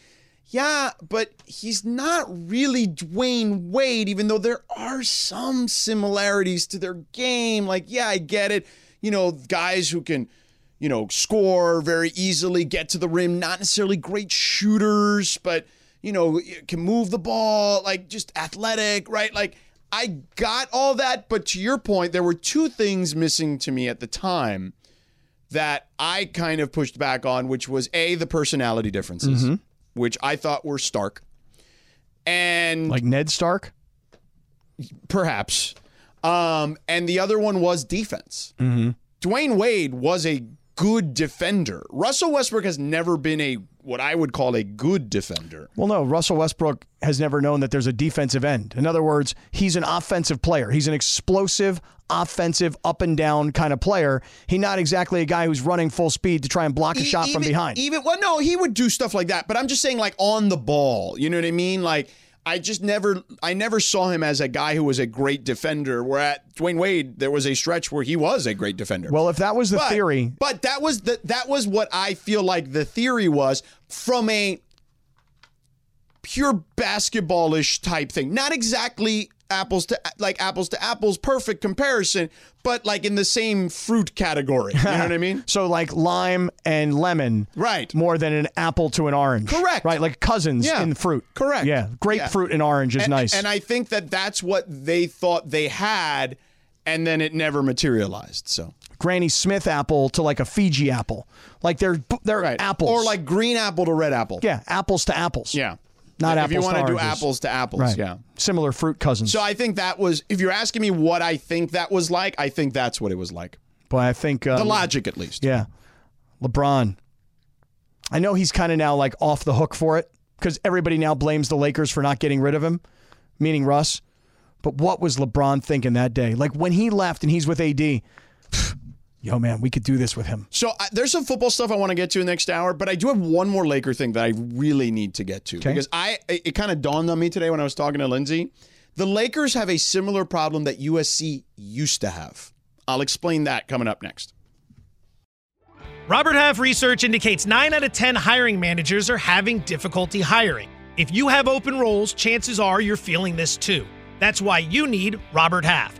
yeah but he's not really dwayne wade even though there are some similarities to their game like yeah i get it you know guys who can you know, score very easily, get to the rim, not necessarily great shooters, but, you know, can move the ball, like just athletic, right? Like, I got all that, but to your point, there were two things missing to me at the time that I kind of pushed back on, which was A, the personality differences,
Mhm.
which I thought were stark. And
Like Ned Stark?
perhaps. Um, and the other one was defense.
Mm-hmm.
Dwayne Wade was a good defender. Russell Westbrook has never been a what I would call a good defender.
Well, no, Russell Westbrook has never known that there's a defensive end. In other words, he's an offensive player. He's an explosive, offensive, up and down kind of player. He's not exactly a guy who's running full speed to try and block a shot
E- even,
from behind.
Even well, no, he would do stuff like that. But I'm just saying, like on the ball. You know what I mean? Like I just never, I never saw him as a guy who was a great defender. Where at Dwayne Wade, there was a stretch where he was a great defender.
well, if that was the
But-
theory,
But that was the that was what I feel like the theory was from a pure basketballish type thing. Not exactly apples to like apples to apples, perfect comparison, but like in the same fruit category. You know what I mean?
so like lime and lemon,
right?
More than an apple to an orange, correct? Right, like cousins
Yeah,
in fruit,
correct.
Yeah, grapefruit and orange is
and,
nice.
And I think that that's what they thought they had, and then it never materialized. So.
Granny Smith apple to like a Fiji apple, like they're they're apples,
Or like green apple to red apple.
yeah, apples to apples,
yeah,
not
if
apples.
you
want to
do apples to apples,
right?
yeah.
similar fruit cousins.
So I think that was, if you're asking me what I think that was like, I think that's what it was like.
But I think uh,
the logic, at least.
Yeah. LeBron. I know he's kind of now like off the hook for it because everybody now blames the Lakers for not getting rid of him, meaning Russ. But what was LeBron thinking that day? Like when he left and he's with AD, yo, man, we could do this with him.
So I, there's some football stuff I want to get to next hour, but I do have one more Laker thing that I really need to get to because I it, it kind of dawned on me today when I was talking to Lindsay. The Lakers have a similar problem that USC used to have. I'll explain that coming up next.
Robert Half research indicates 9 out of 10 hiring managers are having difficulty hiring. If you have open roles, chances are you're feeling this too. That's why you need Robert Half.